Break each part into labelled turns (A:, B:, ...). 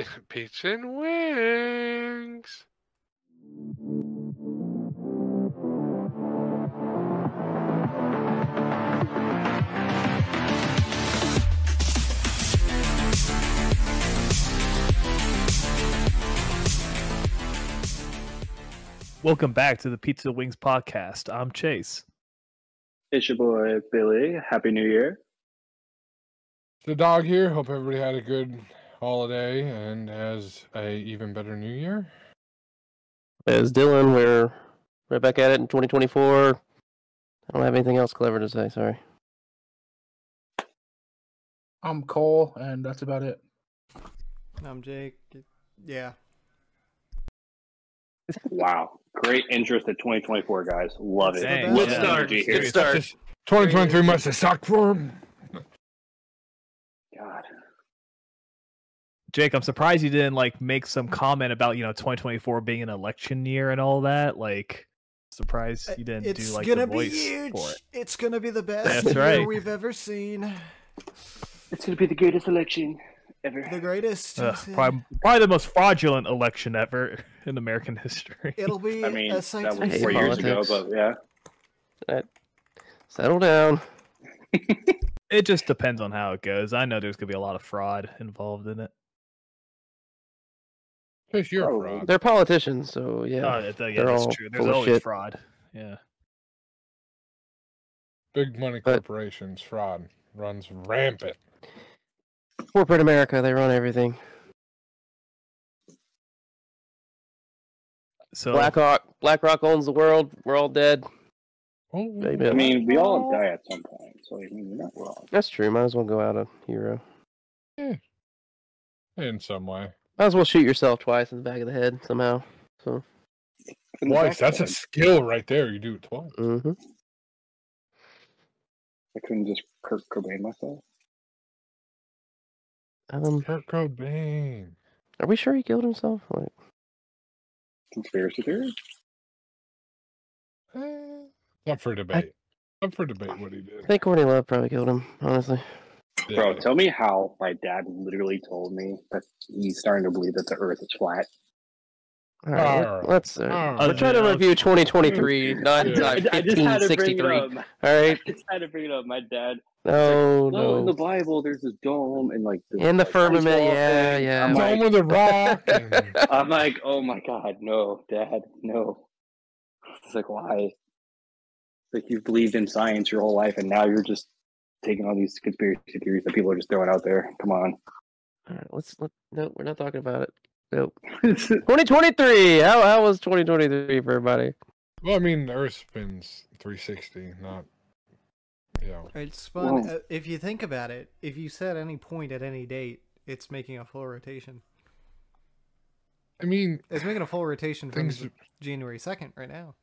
A: Beats and wings.
B: Welcome back to the Pizza Wings podcast. I'm Chase.
C: It's your boy Billy. Happy New Year.
A: The dog here. Hope everybody had a good holiday and has a even better New Year.
D: As Dylan, we're right back at it in 2024. I don't have anything else clever to say. Sorry.
E: I'm Cole, and that's about it.
F: I'm Jake. Yeah.
C: Wow. Great interest at 2024, guys. Love it.
B: Dang,
C: Love
B: yeah.
C: the energy here.
D: Good start.
A: Just 2023 must have sucked for him.
C: God.
B: Jake, I'm surprised you didn't like make some comment about, you know, 2024 being an election year and all that. Like surprised you didn't
F: It's
B: do like
F: gonna
B: the
F: be
B: voice
F: huge.
B: for it.
F: It's gonna be the best
B: That's
F: year
B: right.
F: we've ever seen.
C: It's going to be the greatest election ever.
F: The greatest.
B: Ugh,
F: Jason.
B: probably, probably the most fraudulent election ever in American history.
F: It'll be
C: I mean,
F: a
C: that
F: sight to
D: I
C: was
D: hate
F: behold.
C: four years ago,
D: politics.
C: but yeah.
D: Settle down.
B: It just depends on how it goes. I know there's gonna be a lot of fraud involved in it.
A: Chase, you're a
C: Probably.
A: fraud.
D: They're politicians, so yeah.
B: Oh, yeah, yeah,
D: they're
B: that's
D: all
B: true. There's
D: full of
B: always
D: shit.
B: fraud. Yeah.
A: Big money
D: But-
A: corporations fraud runs rampant.
D: Corporate America, they run everything.
B: So
D: BlackRock, BlackRock owns the world. We're all dead.
A: Oh,
D: Amen.
C: I mean, we all die at some point, so I mean, you're not wrong.
D: That's true. Might as well go out a hero.
A: in some way.
D: Might as well shoot yourself twice in the back of the head somehow. So,
C: In the
A: Twice.
C: back
A: That's a
C: end,
A: skill right there. You do it twice.
D: hmm
C: I couldn't just Kurt Cobain myself.
D: um,
A: Kurt Cobain.
D: are we sure he killed himself? Like,
C: Conspiracy theory?
A: Eh, Up for debate. Up for debate what he
D: I
A: did.
D: think Courtney Love probably killed him. Honestly,
C: Bro,
A: Yeah.
C: tell me how my dad literally told me that he's starting to believe that the earth is flat.
D: all right.
B: Oh.
A: All right.
D: Let's. Uh,
A: All
D: We're
A: right.
D: trying to review 2023, not
A: Yeah.
D: uh, 1563. All
C: up.
D: right. Oh,
C: I just had to bring it up. My dad
D: No,
C: No, in the
D: no.
C: Bible, there's this dome and like this,
D: In the
C: like, baseball
D: firmament, yeah,
C: thing.
D: yeah.
C: I'm
A: It's
C: like,
A: on with the rock. and-
C: I'm like, oh my god, no, Dad, no. It's like, why? Like you've believed in science your whole life, and now you're just taking all these conspiracy theories that people are just throwing out there. Come on.
D: All right. Let's. Let, no, we're not talking about it. Nope. 2023. How how was 2023 for everybody?
A: well, I mean, the Earth spins 360, not, you know.
F: It's spun.
C: Whoa.
F: uh, If you think about it, if you set any point at any date, it's making a full rotation.
A: I mean,
F: It's making a full rotation from
A: things
F: January second right now.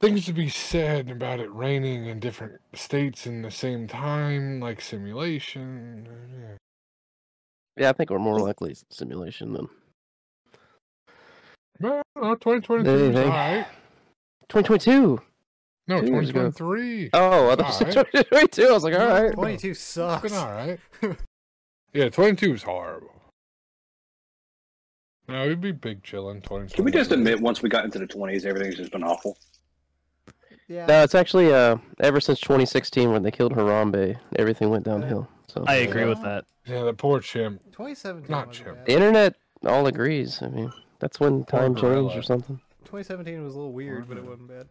A: things to be said about it raining in different states in the same time, like simulation. uh, yeah.
D: Yeah, I think we're more likely s- simulation than
A: Well, no, 2023 is
D: anything.
A: alright.
D: 2022.
A: No,
D: Two years ago.
A: 2023.
D: Oh, I thought you said 2022. I was like, all right.
F: Twenty two
A: It's
F: sucks.
A: been alright. yeah, 22 is horrible. No, it'd be big chilling. 20.
C: Can we just admit once we got into the 20s, everything's just been awful?
F: Yeah.
D: No, it's actually uh ever since 2016 when they killed Harambe, everything went downhill. So
B: I agree with that.
A: Yeah, the poor chimp.
F: Twenty seventeen.
A: Not
F: was
A: Jim.
D: the internet all agrees. I mean, that's when
A: Poor
D: time changed
A: gorilla.
D: or something.
F: Twenty seventeen was a little weird, but it wasn't bad.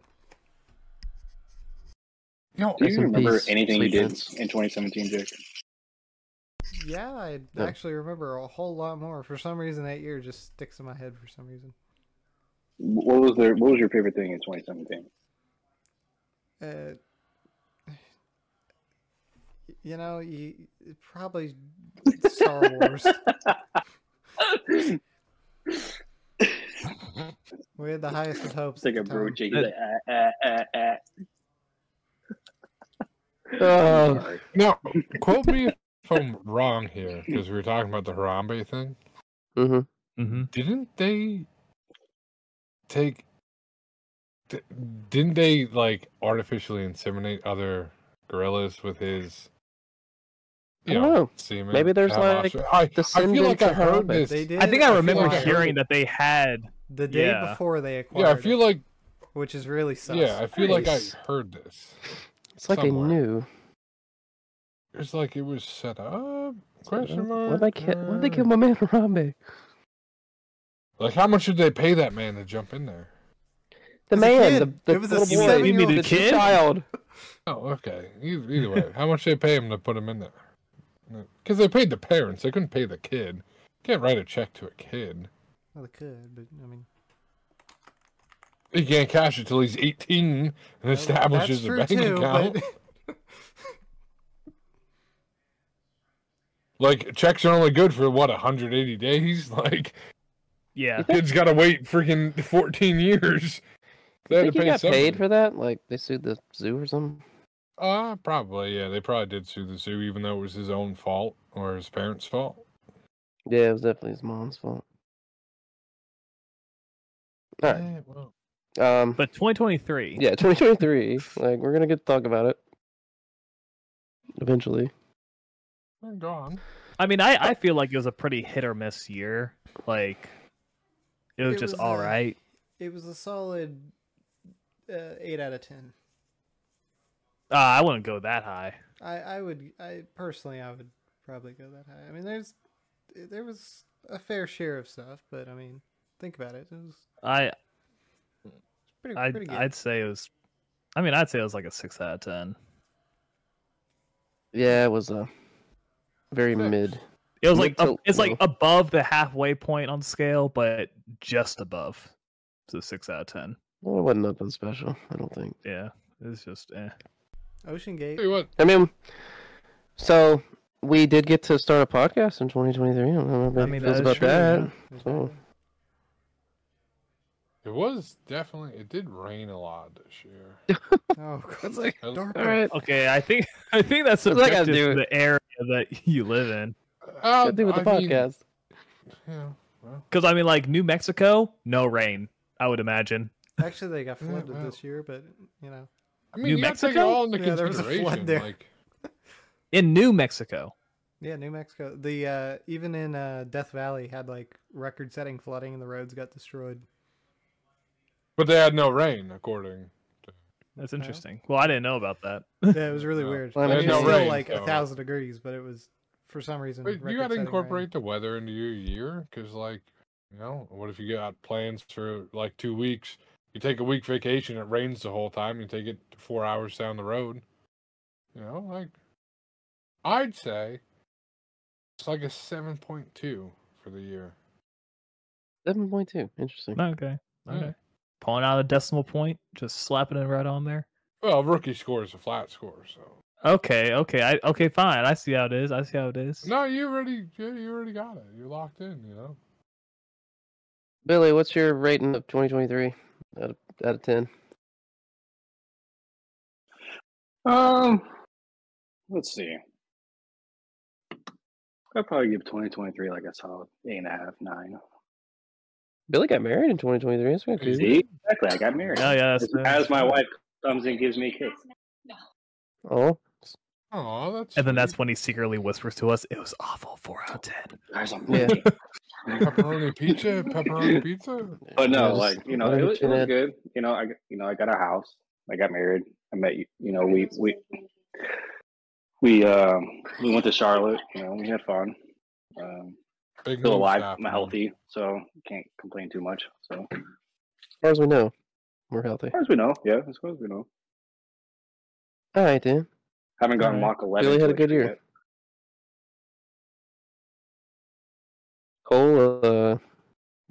A: No,
C: Do
D: Oh, Rest
C: you
D: in
C: remember
D: peace,
C: anything you
D: sweet
C: did
D: prince.
C: in 2017, Jake?
F: Yeah, I
D: Yeah.
F: actually remember a whole lot more. For some reason, that year just sticks in my head. For some reason,
C: What was their What was your favorite thing in 2017?
F: uh, you know, you probably Star Wars. we had the highest of hopes.
C: It's like
F: at
C: a
F: the
C: bro,
F: time.
C: Jake. he's like, ah, ah, ah, ah.
D: Oh,
C: Sorry.
A: Now, quote me if I'm wrong here, because we were talking about the Harambe thing.
D: mm-hmm.
B: hmm
A: Didn't they take? d- Didn't they like artificially inseminate other gorillas with his
D: I
A: you
D: don't know.
A: see him in
D: Maybe there's,
A: that
D: like,
A: option. I, I feel like
D: descendants
A: I
D: of
A: heard
D: hobbits.
A: this.
F: They did.
B: I think I
A: feel
B: remember
A: like I heard
B: hearing that they had.
F: the day
B: yeah.
F: before they acquired.
A: yeah, I feel
F: it,
A: like
F: which is really sus.
A: yeah, I feel like I
D: Nice.
A: heard this.
D: It's like
A: somewhere.
D: they knew.
A: It's like it was set up.
D: What
A: Question mark.
D: would they kill? What they
A: uh,
D: kill my man Harambe?
A: Like, how much did they pay that man to jump in there?
D: The
F: was a
D: man, the,
F: kid.
D: the
F: It was a
D: little boy,
B: seven-year-old You mean the
D: the
B: kid?
D: child.
A: Oh, okay. Either, either way, how much they pay him to put him in there? Because they paid the parents, they couldn't pay the kid. Can't write a check to a kid.
F: Well, they could, but I mean,
A: He can't cash it till he's 18 and
F: that-
A: establishes a bank
F: that's true too,
A: account.
F: But
A: Like checks are only good for what 180 days. Like
B: Yeah.
A: kid's got to wait freaking 14 years. They
D: You
A: had
D: think
A: to
D: he
A: pay
D: got
A: something.
D: paid for that? Like they sued the zoo or something?
A: Uh, probably, yeah. They probably did sue the zoo, even though it was his own fault or his parents' fault.
D: Yeah, it was definitely his mom's fault. All right.
A: Eh, well,
D: Um.
B: But 2023.
D: Yeah, 2023. Like we're gonna get to talk about it eventually.
A: they're gone.
B: I mean, I, I feel like it was a pretty hit or miss year. Like, it was
F: It
B: just
F: was,
B: all
F: uh,
B: right.
F: it was a solid uh, eight out of ten.
B: Uh, I wouldn't go that high.
F: I, I would I personally I would probably go that high. I mean there's there was a fair share of stuff, but I mean think about it. It was
B: I
F: pretty
B: I
F: pretty good.
B: I'd say it was. I mean, I'd say it was like a six out of ten.
D: Yeah, it was uh, very
A: Six.
D: mid.
B: It was
D: Mid
B: like a-
D: to
B: it's like
D: low.
B: above the halfway point on scale, but just above. So six out of ten.
D: Well, it wasn't nothing special. I don't think.
B: Yeah, it's just eh.
F: Ocean
A: Tell
F: Gate.
A: you what,
D: I mean, so we did get to start a podcast in 2023. I don't know how
B: I
D: I
B: mean, that
D: feels
B: is
D: about
B: true,
D: that.
F: There's
D: Oh.
F: that.
A: it was definitely it did rain a lot this year.
F: Oh god.
D: It's like,
A: I-
F: Dark
D: all right,
B: Okay, I think I think that's
D: What do I gotta
B: subjective to
D: do?
B: the area that you live in.
A: Uh,
D: good thing with the
A: I mean,
D: podcast.
A: yeah, well,
B: Because I mean, like New Mexico, no rain. I would imagine.
F: Actually they got
A: Yeah,
F: flooded
A: well.
F: this year, but you know.
A: I mean, you gotta take it
B: Mexico?
A: all into
F: Yeah, there was a flood
A: consideration.
F: there.
A: Like,
B: In New Mexico,
F: Yeah, New Mexico. The uh even in uh Death Valley had like record setting flooding and the roads got destroyed.
A: but they had no rain, according.
B: that's
F: No.
B: interesting. Well, I didn't know about that.
F: Yeah, it was really
A: Yeah.
F: weird.
D: Well, I
F: It was
D: mean, no
F: still
A: rain,
F: like a
A: so-
F: thousand degrees, but it was for some reason.
A: But Oh. you gotta
F: record-setting rain.
A: incorporate the weather into your year, because like, you know, what if you got plans for like two weeks? You take a week vacation, it rains the whole time. You take it four hours down the road. You know, like, I'd say it's like a seven point two for the year.
D: Seven point two. Interesting.
B: Okay, okay.
A: Yeah.
B: Pulling out a decimal point, just slapping it right on there.
A: Well, rookie score is a flat score, so
B: Okay, okay, I okay, fine. I see how it is. I see how it is.
A: no, you already, you you already got it. You're locked in. You know.
D: Billy, what's your rating of 2023 out of, out of 10?
C: Um, let's see. I'd probably give 2023 like a solid eight and a half, nine.
D: Billy got married in 2023. That's kind of crazy.
A: Easy.
C: Exactly. I got married.
B: Oh yeah, that's,
C: as, as my wife comes and gives me kids.
D: Oh,
A: Oh, that's.
B: And then that's
A: sweet.
B: when he secretly whispers to us, "It was awful." Four out of ten.
C: Guys, I'm
D: Yeah.
C: leaving.
A: pepperoni pizza. Pepperoni pizza.
C: But
D: Yeah,
C: no,
D: just
C: like you know,
D: let
C: it
D: him
C: was, it was
D: chat.
C: good. You know, I got- you know, I got a house. I got married. I met you. You know, we we we um we went to Charlotte. You know, we had fun. Um,
A: Big
C: still
A: moves
C: alive. I'm
A: happening.
C: healthy, so can't complain too much. So as
D: as far as we know, we're healthy.
C: far as we know, yeah, as far as we know,
D: All right, Dan.
C: haven't gotten
B: Alright.
C: Mach 11.
D: Really had a
C: like
D: good
C: you
D: year.
C: yet.
D: Cole, uh,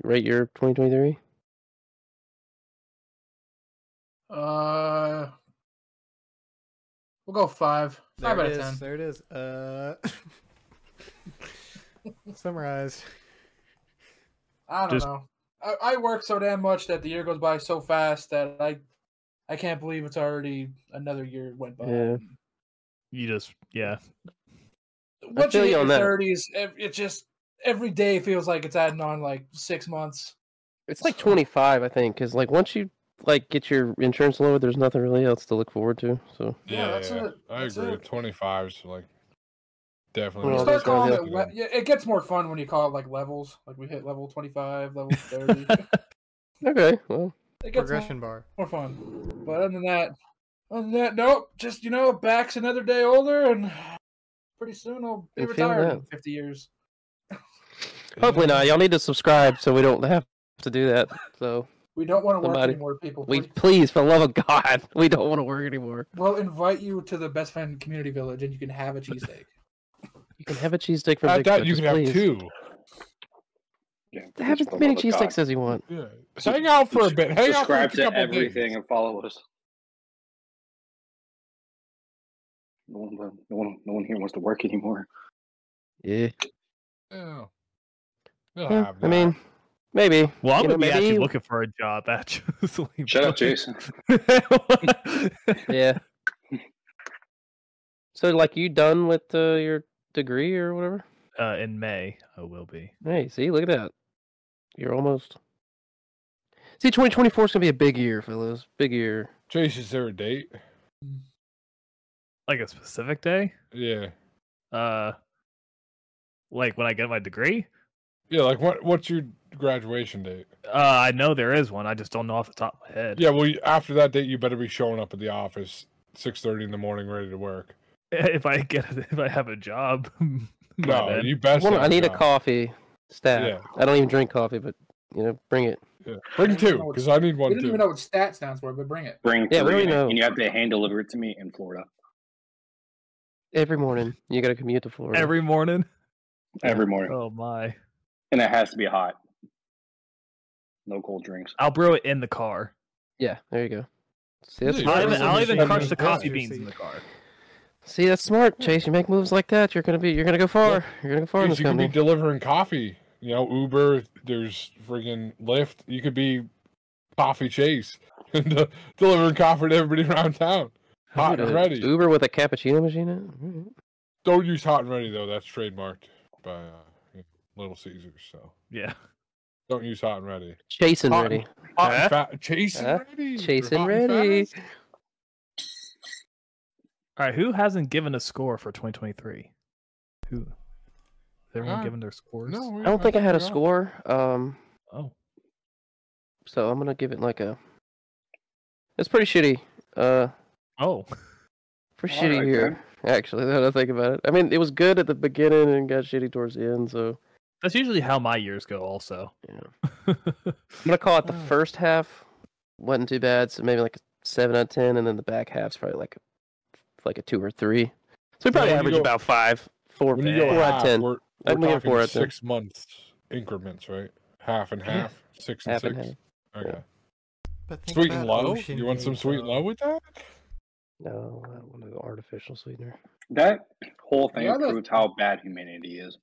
D: rate your 2023?
E: Uh, we'll go five.
F: There
E: Five out
F: it
E: of
F: is,
E: ten.
F: There it is. Uh, summarized.
E: I don't
B: Just-
E: know. I, I work so damn much that the year goes by so fast that I, I can't believe it's already another year went by.
D: Yeah.
B: You just yeah.
E: Once
D: feel
E: you
D: you
E: hit
D: on
E: your
D: that.
E: thirties, it just every day feels like it's adding on like six months.
D: It's like 25, I think, because, like, once you, like, get your insurance lowered, there's nothing really else to look forward to. So,
A: Yeah,
E: Yeah, that's
A: yeah,
E: it.
A: I
E: That's
A: agree.
E: it.
A: Twenty five is like definitely.
D: Well,
A: worth
D: there's
E: Start
D: gonna
E: calling
D: be
E: it. Le- yeah, it gets more fun when you call it like levels. Like we hit level twenty five, level thirty.
D: Okay, well,
E: it gets more,
F: Progression bar.
E: more fun. But other than that, other than that, nope. Just you know, back's another day older, and pretty soon I'll be
D: I feel
E: retired in
D: that.
E: fifty years.
D: hopefully not. Y'all need to subscribe so we don't have to do that. So
E: We don't want to work
D: Somebody-
E: anymore, people.
D: we
E: Please-
D: please, for the love of God, we don't want to work anymore.
E: We'll invite you to the best friend community village, and you can have a cheesesteak.
D: You can have a cheesesteak from
A: I
D: Big
A: thought
D: Fridges,
A: you could have
D: please.
A: two.
C: Yeah,
D: Have
C: just
D: as
C: for the
D: many
C: love of God.
D: cheesesteaks as you want.
A: Yeah. Hang out for a
C: Subs-
A: bit. Hang out for a
C: Subscribe
A: couple
C: to
A: days.
C: everything and follow us. No one, no one, no one here wants to work anymore.
D: Yeah.
A: Yeah. They'll
D: Yeah,
A: have
D: I
A: that.
D: mean, maybe.
B: Well, I'm
D: You know,
B: gonna be actually
D: maybe-
B: looking for a job. Actually,
C: Shut up, Jason.
D: Yeah. so, like, you done with uh, your degree or whatever?
B: uh, in May, I will be.
D: Hey, see, look at that. You're almost. See, 2024 is gonna be a big year, fellas. Big year.
A: Chase, is there a date?
B: Like a specific day,
A: Yeah.
B: uh, like when I get my degree.
A: Yeah, like what? What's your graduation date?
B: Uh, I know there is one. I just don't know off the top of my head.
A: Yeah, well, you- after that date, you better be showing up at the office six thirty in the morning, ready to work.
B: If I get, if I have a job. by
A: No,
B: then.
A: you best.
D: Well,
A: have
D: I need a
A: job.
D: coffee stat.
A: Yeah.
D: I don't even drink coffee, but you know, bring it.
A: Yeah. Bring
E: don't even
A: two,
E: know what-
A: because I need
E: We
A: one
E: don't
A: too.
E: even know what stat stands for, but bring it.
C: Bring
D: Yeah, we
C: three,
D: already know.
C: and you have to hand deliver it to me in Florida
D: Every morning, you gotta commute to Florida.
B: every morning.
C: every morning,
B: Oh my!
C: and it has to be hot. No cold drinks.
B: I'll brew it in the car.
D: yeah, there you go. See, that's
A: Yeah,
D: smart.
B: I'll
A: brew
B: even,
A: it
B: I'll
A: in
B: even
A: the
B: crush
A: car.
B: the coffee
F: Yeah.
B: beans in the car.
D: See, that's smart, Chase. You make moves like that, you're gonna be, you're gonna go far. You're gonna go far in
A: Dude,
D: this
A: you could be
D: company.
A: delivering coffee. You know, Uber. There's friggin' Lyft. You could be coffee chase and de- delivering coffee to everybody around town. Hot
D: Dude,
A: and
D: a
A: ready.
D: Uber with a cappuccino machine. In? it? Mm-hmm.
A: Don't use hot and ready though. That's trademarked by uh, Little Caesars. So
B: Yeah.
A: don't use hot and ready.
D: Chase and
A: Hot
D: ready.
A: Hot
B: Huh?
A: and fa- chase and
D: Huh?
A: ready. You're
D: Chase and
A: hot and
D: ready.
A: fast.
B: All right. Who hasn't given a score for 2023? Who? Has everyone
A: Uh,
B: given their scores?
A: No, we
D: I don't think I had a
A: forgot.
D: score. Um,
B: Oh.
D: so I'm gonna give it like a. It's pretty shitty. Uh,
B: Oh.
D: pretty
C: All
D: shitty
C: right,
D: year. Actually, now that I think about it, I mean, it was good at the beginning and got shitty towards the end. So
B: That's usually how my years go. Also.
D: Yeah.
B: Yeah.
D: I'm gonna call it the
A: Wow.
D: first half wasn't too bad. So maybe like a seven out of ten, and then the back half's probably like like a two or three. So we
A: when
D: probably
A: you
D: average
A: go-
D: about five, four,
A: When you go
D: four out
A: half,
D: of ten.
A: We're,
D: I'm
A: we're
D: gonna give
A: talking
D: four out of ten.
A: six months increments, right? Half and half, six and
D: Half and
A: six. Okay,
F: But think
A: sweet and
F: about
A: low.
F: Ocean
A: You want some
F: Gate,
A: sweet and
F: though.
A: low with that?
D: No, I don't want to go artificial sweetener.
C: That whole thing
E: Yeah, that-
C: proves how bad humanity is.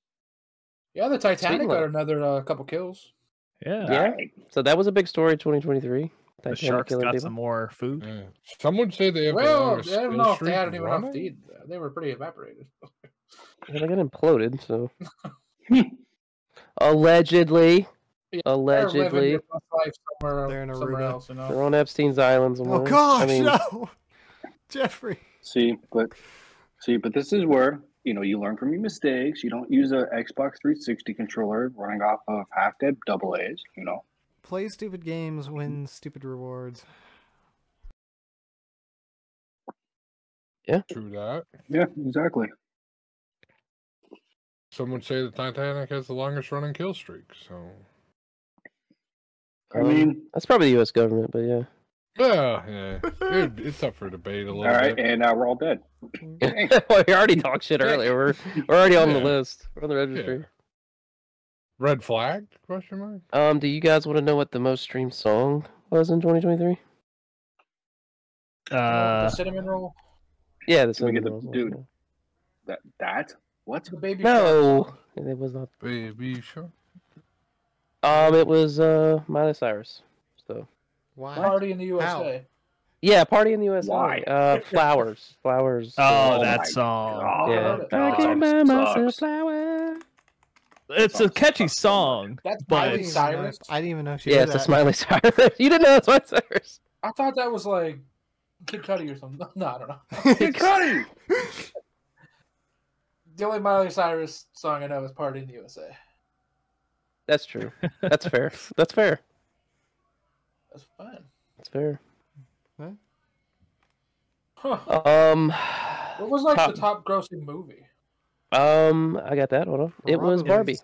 E: Yeah, the Titanic
D: Sweet
E: got
D: luck.
E: another uh, couple kills.
D: Yeah.
C: Alright.
D: So that was a big story, 2023.
B: The
D: Titanic
B: sharks
D: killing
B: got
D: people.
B: some more food.
A: Yeah. Some would say they have. the
E: Well, I
A: longest
E: don't
A: kill
E: know if they
A: streak
E: had anyone enough to
A: running.
E: eat. They were pretty evaporated.
D: And I got imploded, so. Allegedly.
E: Yeah, They're living
D: Allegedly.
E: their best life somewhere,
F: They're in
E: somewhere
F: Aruba.
E: else. You know?
D: They're on Epstein's Island somewhere.
F: Oh gosh,
D: I mean, um,
F: no, Jeffrey.
C: See, but see, but this is where you know you learn from your mistakes. You don't use a Xbox 360 controller running off of half dead double A's. You know,
F: Play stupid games, win stupid rewards.
A: True that.
C: yeah, exactly.
A: Some would say the Titanic has the longest running kill streak. So
C: I
D: Um,
C: mean,
D: that's probably the U.S. government, but yeah.
A: yeah, yeah, It- it's up for debate a little
C: all right,
A: bit.
C: and uh, we're all dead. Dang.
D: well, we already talked shit earlier. We're, we're already on the
A: Yeah.
D: list. We're on the
A: Yeah.
D: registry.
A: Red flag? Question mark.
D: Um, do you guys want to know what the most streamed song was in 2023?
E: the
B: Uh,
E: cinnamon roll,
D: Yeah, this
C: Did we get the-
D: one was-
C: dude. that that what?
E: the baby. shark.
D: No, it was not.
A: Baby shark.
D: Um, it was uh Miley Cyrus. So
F: Why?
E: Party in the USA.
D: yeah, party in the USA.
C: Why?
D: Uh, flowers, flowers.
B: oh,
D: uh,
B: that
C: my
B: song.
C: God.
D: yeah.
E: that
D: I can
C: song
D: buy myself
C: sucks.
D: flowers.
B: It's a
C: song
B: catchy
C: sucks so
B: song.
E: That's
B: But-
F: I
E: Miley
F: didn't,
B: it's-
F: even know,
E: Cyrus.
F: I didn't even know she
D: Yeah,
F: did
D: it's a
F: that.
D: Smiley Cyrus. you didn't know it's Miley Cyrus.
E: I thought that was like Kid Cudi or something. No, I don't know.
C: Kid Cudi.
E: the only Miley Cyrus song I know is "Party in the USA."
D: That's true. That's fair. That's fair.
E: That's fine.
D: That's fair.
E: Huh.
D: Um,
E: What was like
D: top-
E: the top grossing movie?
D: um, I got that. Hold on. It was
F: Probably.
D: Barbie.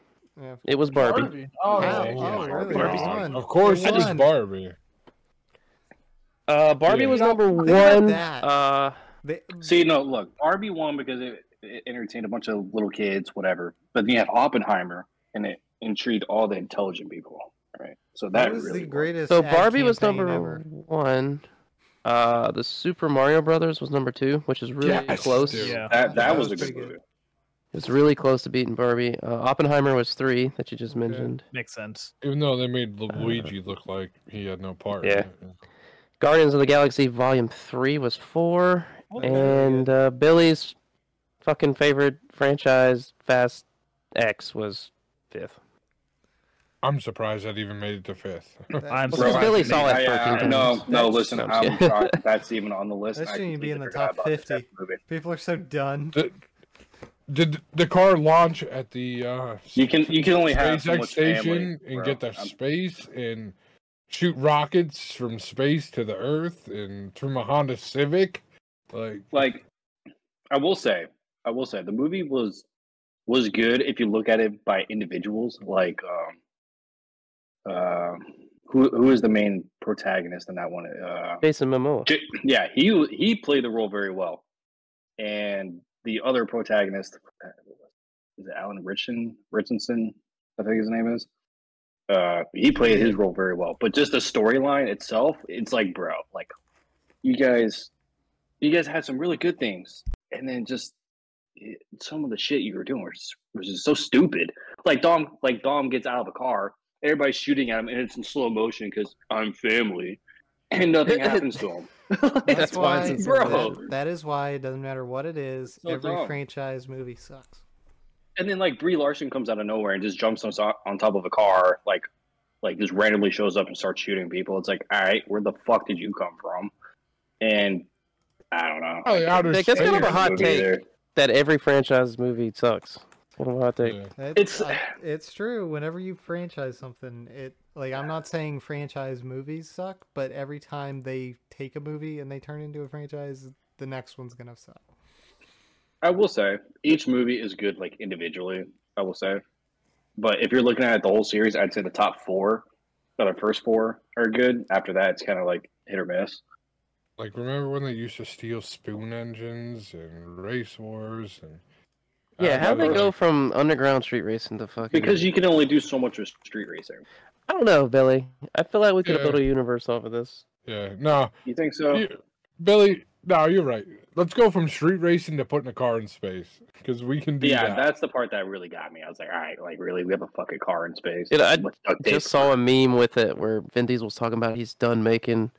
F: Yeah.
D: It was Barbie.
E: Oh,
F: Wow.
E: yeah.
A: Oh,
F: really?
E: Barbie.
F: Won.
A: Of course,
F: It
A: it was
F: won.
A: Barbie.
D: Uh, Barbie
A: Yeah.
D: was
F: You know,
D: number
F: think about
D: one.
F: that.
D: Uh,
F: They,
C: See, no, look, Barbie won because it, it entertained a bunch of little kids, whatever. But then you have Oppenheimer, and it intrigued all the intelligent people, right? So that
F: that was
C: really
F: the
C: won.
F: greatest.
D: so
F: ad
D: Barbie was
F: campaign
D: number
F: ever.
D: one. Uh, the Super Mario Brothers was number two, which is really
A: Yes,
D: close.
A: dude.
B: Yeah.
C: That, that,
F: That
C: was,
F: was
C: a
F: pretty
C: good
F: good.
C: movie.
D: It's really close to beating Barbie. Uh, Oppenheimer was three that you just
F: Okay.
D: mentioned.
B: Makes sense.
A: Even though they made Luigi look like he had no part. in
D: Uh, Yeah.
A: it.
D: Guardians of the Galaxy Volume Three was four,
F: Okay.
D: and uh, Billy's fucking favorite franchise, Fast X, was fifth.
A: I'm surprised that even made it to fifth.
F: That-
B: I'm
D: Well,
B: so
D: Because Billy
C: I
D: saw
C: think
D: it
C: I,
D: 13
C: uh, No,
D: times.
C: no,
F: That's-
C: listen,
D: I'm
C: I'm
D: kidding.
C: shocked that that's even on the list.
F: That
C: I
F: shouldn't even be in
C: completely
F: the top
C: forgot about that
F: 50.
C: movie.
F: People are so done.
A: The- Did the car launch at the uh,
C: You can you can only have so
A: SpaceX
C: much
A: station
C: family,
A: and
C: bro. Um,
A: get to
C: I'm-
A: space and shoot rockets from space to the Earth and through my Honda Civic? Like,
C: like I will say, I will say the movie was was good if you look at it by individuals. Like um uh who who is the main protagonist in that one? Uh
D: Jason Momoa.
C: J- yeah, he he played the role very well. And the other protagonist uh, is it Alan Richardson? Richardson, I think his name is. Uh, he played his role very well, but just the storyline itself, it's like, bro, like you guys, you guys had some really good things, and then just it, some of the shit you were doing was just, was just so stupid. Like Dom, like Dom gets out of the car, everybody's shooting at him, and it's in slow motion because I'm family, and nothing happens to him.
D: That's why it's in
C: slow
F: that-
C: motion.
F: that is why it doesn't matter what it is.
C: So
F: every
C: dumb.
F: franchise movie sucks.
C: and then like Brie Larson comes out of nowhere and just jumps on, so- on top of a car, like like just randomly shows up and starts shooting people. It's like, all right, where the fuck did you come from? And I don't know.
A: probably outer
D: Nick, that's kind of a
A: space.
D: hot
C: Movie
D: take.
C: there.
D: That every franchise movie sucks. It's kind of a hot take.
A: Yeah.
F: It-
C: It's-
F: I- it's true. Whenever you franchise something, it like I'm not saying franchise movies suck, but every time they take a movie and they turn into a franchise, the next one's gonna suck.
C: I will say each movie is good like individually. I will say, but if you're looking at the whole series, I'd say the top four, or the first four are good. After that, it's kind of like hit or miss.
A: Like, remember when they used to steal spoon engines and race wars? And
D: Yeah, how do they
A: remember,
D: go
A: like,
D: from underground street racing to fucking?
C: Because you can only do so much with street racing.
D: I don't know, Billy. I feel like we could
A: Yeah.
D: build a universe off of this.
A: Yeah, no,
C: You think so?
A: you- Billy. No, you're right. Let's go from street racing to putting a car in space because we can do
C: yeah,
A: that.
C: that's the part that really got me. I was like, all right, like really, we have a fucking car in space.
D: Dude, I
C: Let's duct tape
D: Just saw a meme with it where Vin Diesel's talking about he's done making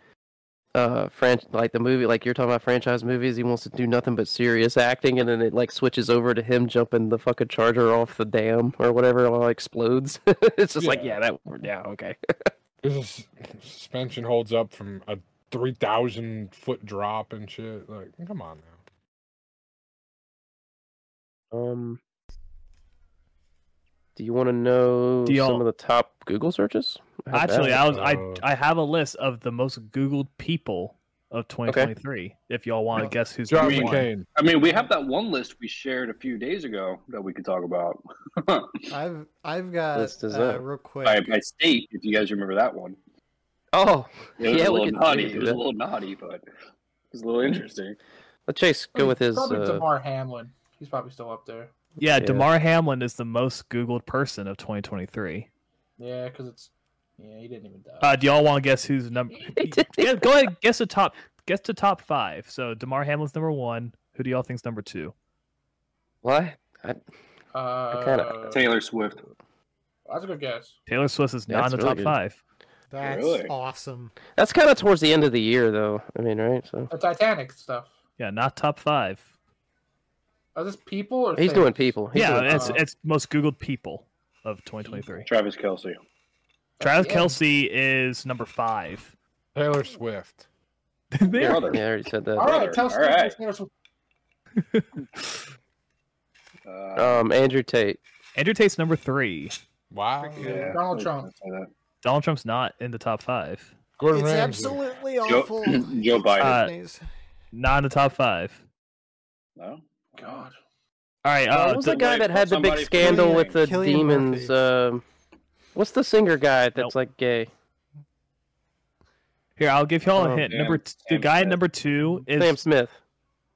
D: uh franch like the movie like you're talking about franchise movies he wants to do nothing but serious acting and then it like switches over to him jumping the fucking charger off the dam or whatever it all explodes it's just like
A: Yeah.
D: yeah that yeah okay
A: Because the sus- suspension holds up from a 3,000 foot drop and shit. Like, come on now.
D: um do you want to know
B: Do y'all-
D: some of the top google searches I have that.
B: Actually, I was I
A: Uh,
B: I have a list of the most Googled people of 2023. If y'all want to
F: Yeah.
B: guess who's
A: John
B: number one.
A: McCain.
C: I mean, we have that one list we shared a few days ago that we could talk about
F: I've I've got
D: List is
F: uh,
D: up.
F: real quick.
C: by, by state, if you guys remember that one.
D: oh
C: It was
D: Yeah,
C: a little
D: we could- we
C: naughty.
D: could do
C: It was a
D: that.
C: little naughty, but it was a little interesting.
D: let Chase go with his
E: Probably
D: uh,
E: Damar Hamlin. He's probably still up there.
B: Yeah,
D: Yeah.
B: Damar Hamlin is the most Googled person of 2023.
E: Yeah, because it's yeah, he didn't even die.
B: Uh, do y'all want to guess who's number?
D: didn't
B: yeah, go ahead, guess the top. Guess the top five. So Damar Hamlin's number one. Who do y'all think's number two?
D: why
E: uh,
D: kinda-
C: Taylor Swift.
E: That's a good guess.
B: Taylor Swift is not
D: That's
B: in the
D: really
B: top
D: good.
B: five.
F: That's
C: Really?
F: awesome.
D: that's kind of towards the end of the year though i mean right so
E: The Titanic stuff.
B: Yeah, not top five.
E: Are this people or
D: he's
E: things?
D: doing people he's
B: yeah,
D: doing
B: it's
E: uh,
B: it's most Googled people of 2023.
C: Travis Kelsey.
B: Travis
E: Yeah.
B: Kelsey is number five.
A: Taylor Swift.
B: there.
C: Brother.
D: Yeah, I already said that.
E: All
C: Brother,
E: right, tell
C: all
E: Steve
C: right.
E: listeners
C: Uh,
D: Um, Andrew Tate.
B: Andrew Tate's number three.
A: Wow.
C: yeah,
E: Donald
C: I
E: Trump.
C: was gonna say
B: Donald Trump's not in the top five.
A: Gordon
F: It's
A: Ramsay.
F: absolutely
C: Joe-
F: awful.
C: Joe Biden.
B: Uh,
F: News.
B: Not in the top five.
C: that. No?
E: God.
B: All right. Uh,
D: what was the
B: d-
D: guy that had the big
C: somebody-
D: scandal with the
F: Cillian
D: demons?
F: Murphy.
D: Um, what's the singer guy that's
B: Nope.
D: like gay?
B: here, I'll give y'all
D: Oh,
B: a hint.
C: Sam-
B: number t- the
C: Sam
B: guy
C: Smith.
B: number two is
D: Sam Smith.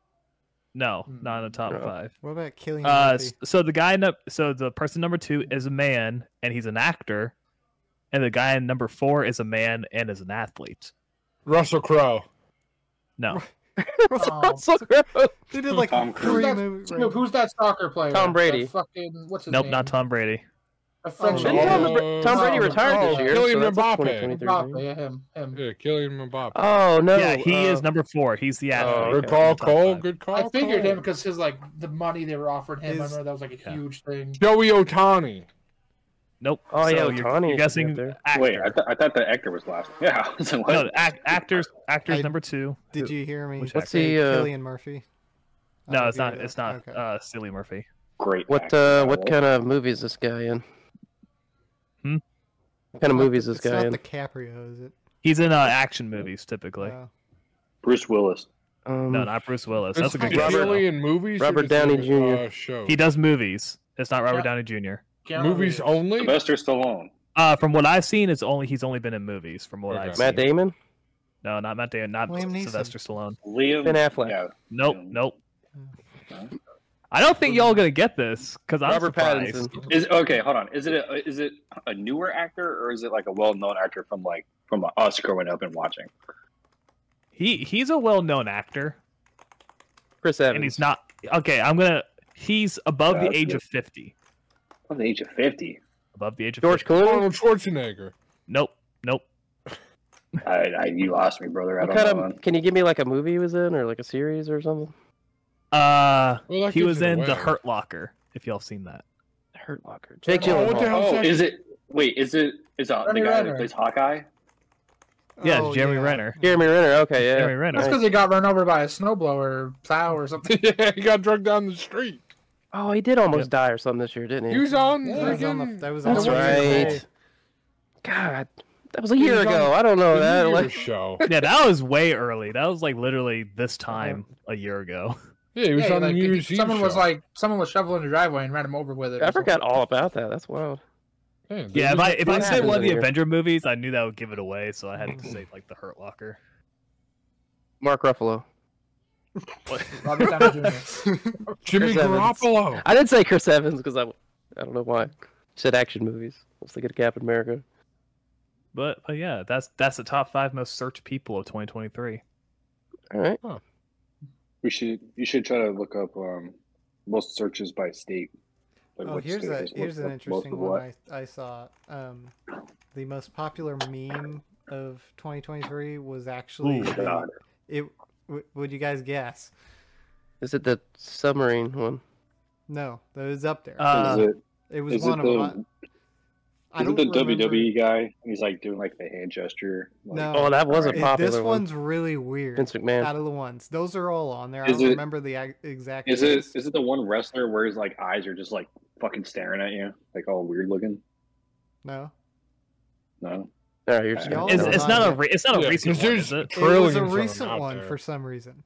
B: no, not in the top
D: No.
B: five.
F: What about Killian
B: Uh,
F: Murphy?
B: s- so the guy, nu- so the person number two is a man and he's an actor, and the guy in number four is a man and is an athlete.
A: Russell Crowe.
B: No,
F: Oh,
D: So gross.
F: they did like
C: Tom Cruise.
F: three
E: That's-
F: movies.
E: Snoop, who's that soccer player?
D: Tom Brady.
E: That fucking, what's his
B: nope,
E: name?
B: not Tom Brady.
E: A French
F: Oh,
D: Didn't
E: name.
D: Tom,
A: Oh,
D: Tom Brady
E: oh,
D: retired
E: oh,
D: this year.
A: Kylian
D: so that's a
A: Mbappe.
D: 2023
E: Mbappe,
D: thing.
E: yeah, him, him.
A: Yeah, Killian Mbappe.
D: Oh no.
B: yeah, he
D: uh,
B: is number four. He's the athlete.
D: okay.
B: in
A: Good
B: the
A: call,
B: Oh, top
A: Cole.
B: five.
A: Good call.
E: I figured
A: Cole.
E: him because his like the money they were offering him. I
F: Is-
E: remember that was like a
B: Yeah.
E: huge thing.
A: Joey Otani.
B: Nope.
D: Oh, yeah,
B: So you're,
D: Ohtani
B: you're
D: should be
B: guessing
D: up there.
B: actor.
C: Wait, I, th- I thought the actor was last. Yeah. I was like, what?
B: no, act, actors. Actors
F: I-
B: number two.
F: Did you hear me?
B: What's
F: say
D: he, uh,
F: Cillian Murphy. I
B: No,
F: don't
B: it's
F: hear
B: not.
F: that.
B: It's not.
F: Okay.
B: Uh, Cillian Murphy.
C: Great.
D: What
C: actor,
D: uh,
C: by
D: what
C: the way.
D: kind of movie is this guy in?
B: Hmm?
D: What kind of movie is this
F: it's not
D: guy in?
F: DiCaprio, is it? Oh.
B: He's in uh, action movies typically.
F: Wow.
C: Bruce Willis.
D: Um,
B: No, not Bruce Willis. That's a
A: Is
B: good
A: he
B: guess.
D: Robert-
A: only
B: though.
A: in movies. or
D: Robert
A: does he
D: Downey
A: do,
D: Jr..
A: Uh, shows?
B: He does movies. It's not Robert
E: Yeah.
B: Downey Jr.
E: Keanu
A: movies
E: Reeves.
A: only.
C: Sylvester Stallone.
B: Uh, from what I've seen, it's only he's only been in movies. From what
A: Okay.
B: I've
D: Matt
B: seen.
D: Damon.
B: No, not Matt Damon. Not
F: Liam Neeson.
B: Sylvester Stallone.
C: Liam.
D: Ben Affleck.
C: Yeah.
B: Nope.
C: Yeah.
B: Nope.
C: Huh?
B: I don't think y'all gonna get this because I'm
D: Robert
B: surprised.
D: Pattinson.
C: Is okay. Hold on. Is it a, is it a newer actor or is it like a well known actor from like from us growing up and watching?
B: He he's a well-known actor,
D: Chris Evans.
B: and he's not. Okay, I'm gonna. He's above
C: Yeah,
B: the
C: that's
B: age
C: good.
B: of fifty.
C: From the age of fifty.
B: Above the age of
D: George
B: 50.
D: Clooney.
A: Arnold Schwarzenegger.
B: Nope. Nope.
C: I, I you lost me, brother. I
D: What
C: don't
D: kind
C: know.
D: of? Can you give me like a movie he was in, or like a series, or something?
B: Uh,
A: Well, that
B: he
A: gives
B: was
A: it
B: in
A: away.
B: the Hurt Locker. If y'all seen that.
D: Hurt Locker. Jake
A: Oh, what the
D: Gyllenhaal.
A: hell?
C: Oh, is it? Wait, is it? Is uh, the
E: Jeremy
C: guy
E: Renner.
C: that plays Hawkeye?
B: Yeah, it's Jeremy
F: Oh, yeah.
B: Renner.
D: Jeremy Renner. Okay, yeah.
B: Jeremy Renner.
E: That's because he got run over by a snowblower, plow, or something.
A: yeah, he got drugged down the street.
D: Oh, he did almost
B: Yep.
D: die or something this year, didn't he?
A: He was on
E: Yeah.
F: That was on the-
A: freaking.
F: that was on
D: That's
F: the
A: What's
D: right.
A: it
D: God, that was a year
A: was on
D: ago. I don't know
A: the
D: that.
A: New
D: Like,
A: Year's show.
B: yeah, that was way early. That was like literally this time a year ago.
A: Yeah, he was
E: Yeah,
A: on the
E: like,
A: New
E: he-
A: Year's Eve
E: someone was
A: show.
E: like someone was shoveling the driveway and ran him over with it. or
D: I forgot
E: something.
D: all about that. That's wild.
A: Man,
B: Yeah,
A: dude,
B: if I
A: this
B: if
A: is
B: I
A: what
B: said
A: happens
B: one of the
A: here.
B: Avenger movies, I knew that would give it away, so I had to say like the Hurt Locker.
D: Mark Ruffalo.
B: What-
E: Robert Downey Jr.
A: Jimmy
D: Chris Evans.
A: Garoppolo.
D: I did say Chris Evans because I, I don't know why. I said action movies. I was thinking of Captain America.
B: but but yeah, that's that's the top five most searched people of 2023.
D: All right.
C: We should you should try to look up um most searches by state. Like
F: Oh,
C: which
F: here's
C: state
F: a
C: is most-
F: here's an
C: most
F: interesting
C: of
F: one I, I saw. Um, the most popular meme of 2023 was actually
B: Ooh,
F: the-
C: God.
F: it. W- would you guys guess?
D: Is it the submarine one?
F: No, that was up there.
C: Is
B: Uh,
C: it,
F: it was
C: is it
F: one of.
C: the,
F: my- I
C: is it
F: don't
C: the E?
F: remember-
C: WWE guy? And he's like doing like the hand gesture. Like,
F: No.
D: Oh, that was a
C: Right.
F: It-
D: popular
F: this
D: one.
F: one's really weird.
D: Vince McMahon.
F: Out of the ones, those are all on there. I
C: Is
F: don't
C: it-
F: remember the ac- exact.
C: Is it
F: list.
C: is it the one wrestler where his like eyes are just like fucking staring at you, like all weird looking?
F: No.
C: No.
D: All right, you're just
F: Y'all
D: gonna
B: it's,
F: know
D: tell
B: it's
D: us.
F: about
B: not a
F: it.
B: re- it's not a
A: Yeah, 'cause
B: recent one,
A: there's
B: is it?
F: It was
A: trillions
F: a
A: of them
F: recent
A: out
F: one
A: there.
F: for some reason.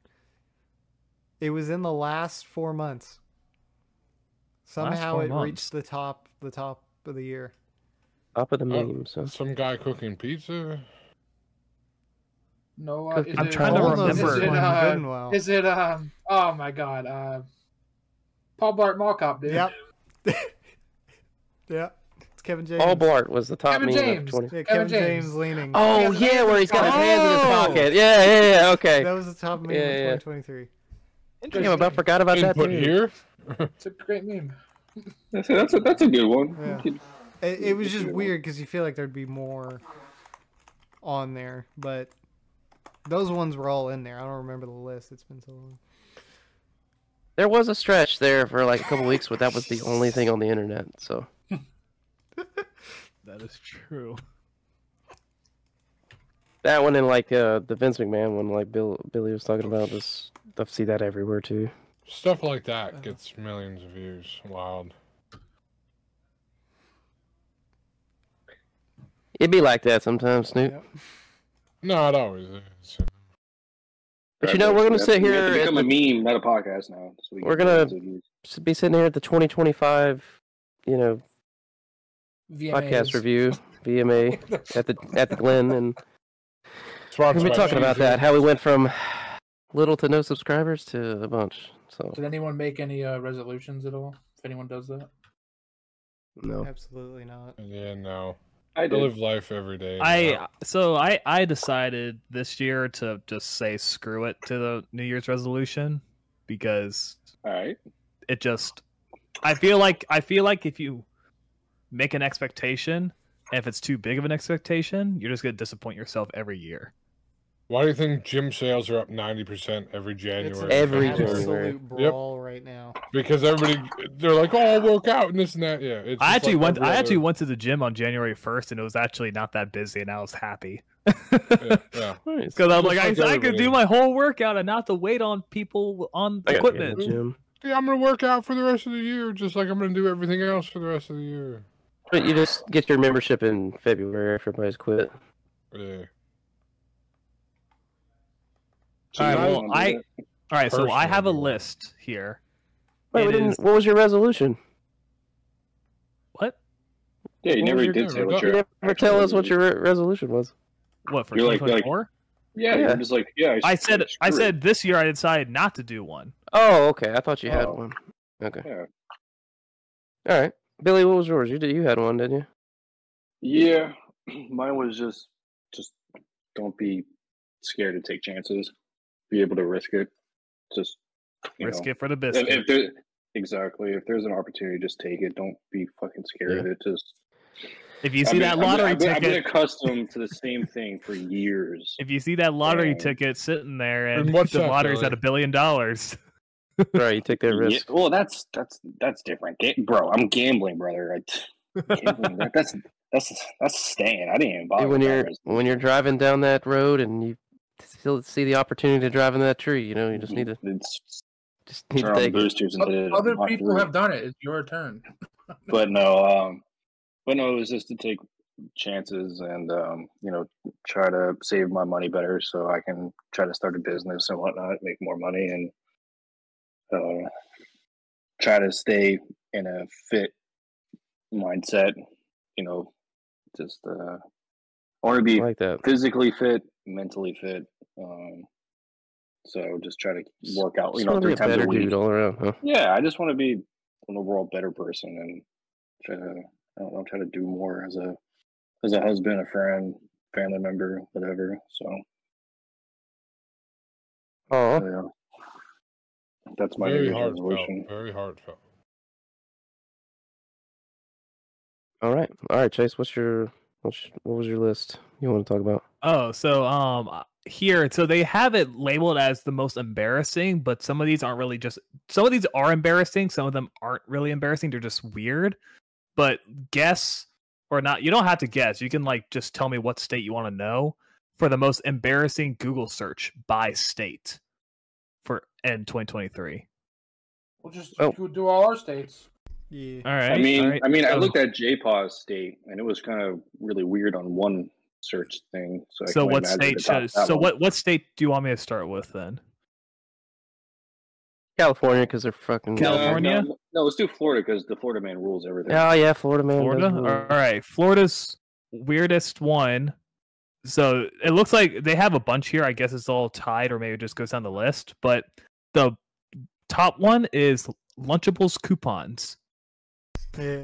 F: It was in the last four months. Somehow
B: four
F: it
B: months.
F: reached the top, the top of the year.
D: top of the
A: Oh.
D: meme. So.
A: Some guy cooking pizza.
E: No, uh, is
D: I'm
E: it-
B: trying to
E: oh,
B: remember.
E: Is
B: This
E: it,
B: one,
E: uh,
F: Goodwell.
E: is it um, oh my god, uh, Paul Bart Mall Cop, dude.
F: Yep. yep. It's Kevin James.
D: Paul Blart was the top
E: Kevin
D: meme
E: James.
D: of 20.
F: Yeah, Kevin,
E: Kevin
F: James.
E: James.
F: leaning.
D: Oh
E: the
D: yeah,
E: meme
D: where
E: is
D: he's got his
E: gone.
D: hands in his
A: Oh!
D: pocket. Yeah, yeah, yeah. Okay.
F: That was the top meme
D: Yeah,
F: of
D: yeah.
F: 2023.
D: Damn, I about forgot about that
A: Input
D: too.
A: here.
E: It's a great meme.
C: That's a, that's a, that's a good one.
F: Yeah.
C: You could-
F: It, it was
C: Good
F: just
C: one.
F: weird because you feel like there'd be more on there, but those ones were all in there. I don't remember the list. It's been so long.
D: There was a stretch there for like a couple weeks, but that was the only thing on the internet. So
B: That is true.
D: that one and like uh, the Vince McMahon one, like Bill Billy was talking about, this. I see that everywhere too.
A: Stuff like that
F: Uh.
A: gets millions of views. Wild.
D: It'd be like that sometimes, Snoop.
F: Yep.
A: Not always. is.
D: But you know, we're gonna
C: That's-
D: sit
C: we have
D: here
C: to become
D: at
C: a meme, not a podcast now. so we
D: We're
C: can-
D: gonna- S- Be sitting here at the 2025, you know, podcast
E: VMAs.
D: review VMA at the at the Glen, and we're
A: Sponsored
D: gonna be
A: by
D: talking about
A: Cheezer.
D: that. How we went from little to no subscribers to a bunch. So
E: Did anyone make any uh, resolutions at all? If anyone does that,
D: no,
F: Absolutely not.
A: Yeah, no.
C: I
A: I
C: did.
A: live life every day.
B: I so I I decided this year to just say screw it to the New Year's resolution because
C: All right.
B: it just I feel like I feel like if you make an expectation and if it's too big of an expectation, you're just gonna disappoint yourself every year.
A: Why do you think gym sales are up ninety percent every January?
D: Every
A: February?
D: January.
F: absolute brawl right now.
A: Because everybody, they're like, "Oh, I'll work out and this and that." Yeah, it's
B: I
A: just
B: actually
A: like
B: went
A: every
B: I actually
A: other-
B: went to the gym on January first and it was actually not that busy and I was happy.
A: Yeah, yeah.
D: Nice.
B: Because I'm
A: Just
B: like,
A: like
B: I, I could
A: everybody.
B: do my whole workout and not have to wait on people on
D: I gotta get in
B: equipment.
D: the gym.
A: Yeah, I'm gonna work out for the rest of the year, just like I'm gonna do everything else for the rest of the year.
D: But you just get your membership in February after everybody's quit.
A: Yeah.
C: So
B: All right,
C: you guys
B: well,
C: wanna do
B: I-
C: that?
B: All right, so I have a
A: Personally.
B: list here.
D: Wait,
B: It
D: we didn't,
B: is-
D: what was your resolution?
B: What?
C: Yeah,
A: What
C: you
A: was
C: never
A: your
C: did
A: dinner?
C: say what
A: You
C: your.
D: You never
C: actual
D: tell us what
C: resolution-
D: your re- resolution was.
B: What for
C: You're like- you're like-
B: 2024?
C: Yeah, you're
D: Yeah.
C: just like yeah.
B: I
C: s-
B: said I
C: screw it.
B: said this year I decided not to do one.
D: Oh, okay. I thought you had
C: Oh.
D: one. Okay.
C: Yeah.
D: All right, Billy. What was yours? You did. You had one, didn't you?
C: Yeah, mine was just just don't be scared to take chances. Be able to risk it. Just you
B: Risk
C: know,
B: it for the
C: If,
B: biscuit.
C: if there, exactly, if there's an opportunity, just take it. Don't be fucking scared of it. Just
B: If you
C: I
B: see
C: mean,
B: that
C: I've been-
B: lottery
C: I've been, I've
B: ticket,
C: been accustomed to the same thing for years.
B: if you see that lottery
C: Yeah.
B: ticket sitting there and,
A: And what's
B: the
A: up,
B: lottery's at
A: Billy?
B: a billion dollars,
D: right. You take that
C: Yeah,
D: risk.
C: well, that's that's that's different, Ga- bro. I'm gambling, brother. I, gambling, that- that's that's that's staying. I didn't even bother.
D: Dude, when
C: with that
D: you're
C: risk.
D: when you're driving down that road and you still see the opportunity to drive in that tree, you know, you just need to
C: It's,
D: just need
C: Mm-hmm. turn on
D: to
C: the
D: take. it.
C: boosters and did
E: O-
C: it
E: other
C: walk
E: people
C: through.
E: have done it. It's your turn.
C: but no, um, but no, it was just to take chances and um, you know try to save my money better so I can try to start a business and whatnot, make more money, and uh, try to stay in a fit mindset. You know, just uh, I want to
D: I
C: be
D: like that.
C: physically fit, mentally fit. Um, so just try to work out. You
D: Just
C: know,
D: want to
C: three
D: be a
C: times
D: better
C: a week.
D: dude all around. Huh?
C: Yeah, I just want to be an overall better person and try to I don't know, try to do more as a as a husband, a friend, family member, whatever. So
D: Oh,
C: yeah. That's my New
A: very
C: Year's
A: heartfelt.
C: resolution.
A: Very heartfelt.
D: all right, all right, Chase. What's your what's, what was your list you want to talk about?
B: Oh, so um uh, here, so they have it labeled as the most embarrassing, but some of these aren't really just some of these are embarrassing, some of them aren't really embarrassing, they're just weird. But guess or not, you don't have to guess. You can like just tell me what state you want to know for the most embarrassing Google search by state for end 2023.
E: We'll just
D: Oh.
E: do- do all our states.
F: Yeah.
B: All right.
C: I mean
B: all right,
C: I mean I
B: so-
C: looked at JPAW's state and it was kind of really weird on one search thing. So I
B: So
C: can only
B: what
C: imagine
B: state
C: the top-
B: should,
C: that
B: so
C: one.
B: what what state do you want me to start with then?
D: California, because they're fucking.
C: No,
B: California?
C: No, no, let's do Florida because the Florida man rules everything.
D: Oh yeah, Florida man.
B: Florida.
D: those rules.
B: All right, Florida's weirdest one. So it looks like they have a bunch here. I guess it's all tied, or maybe it just goes down the list. But the top one is Lunchables coupons.
F: Yeah.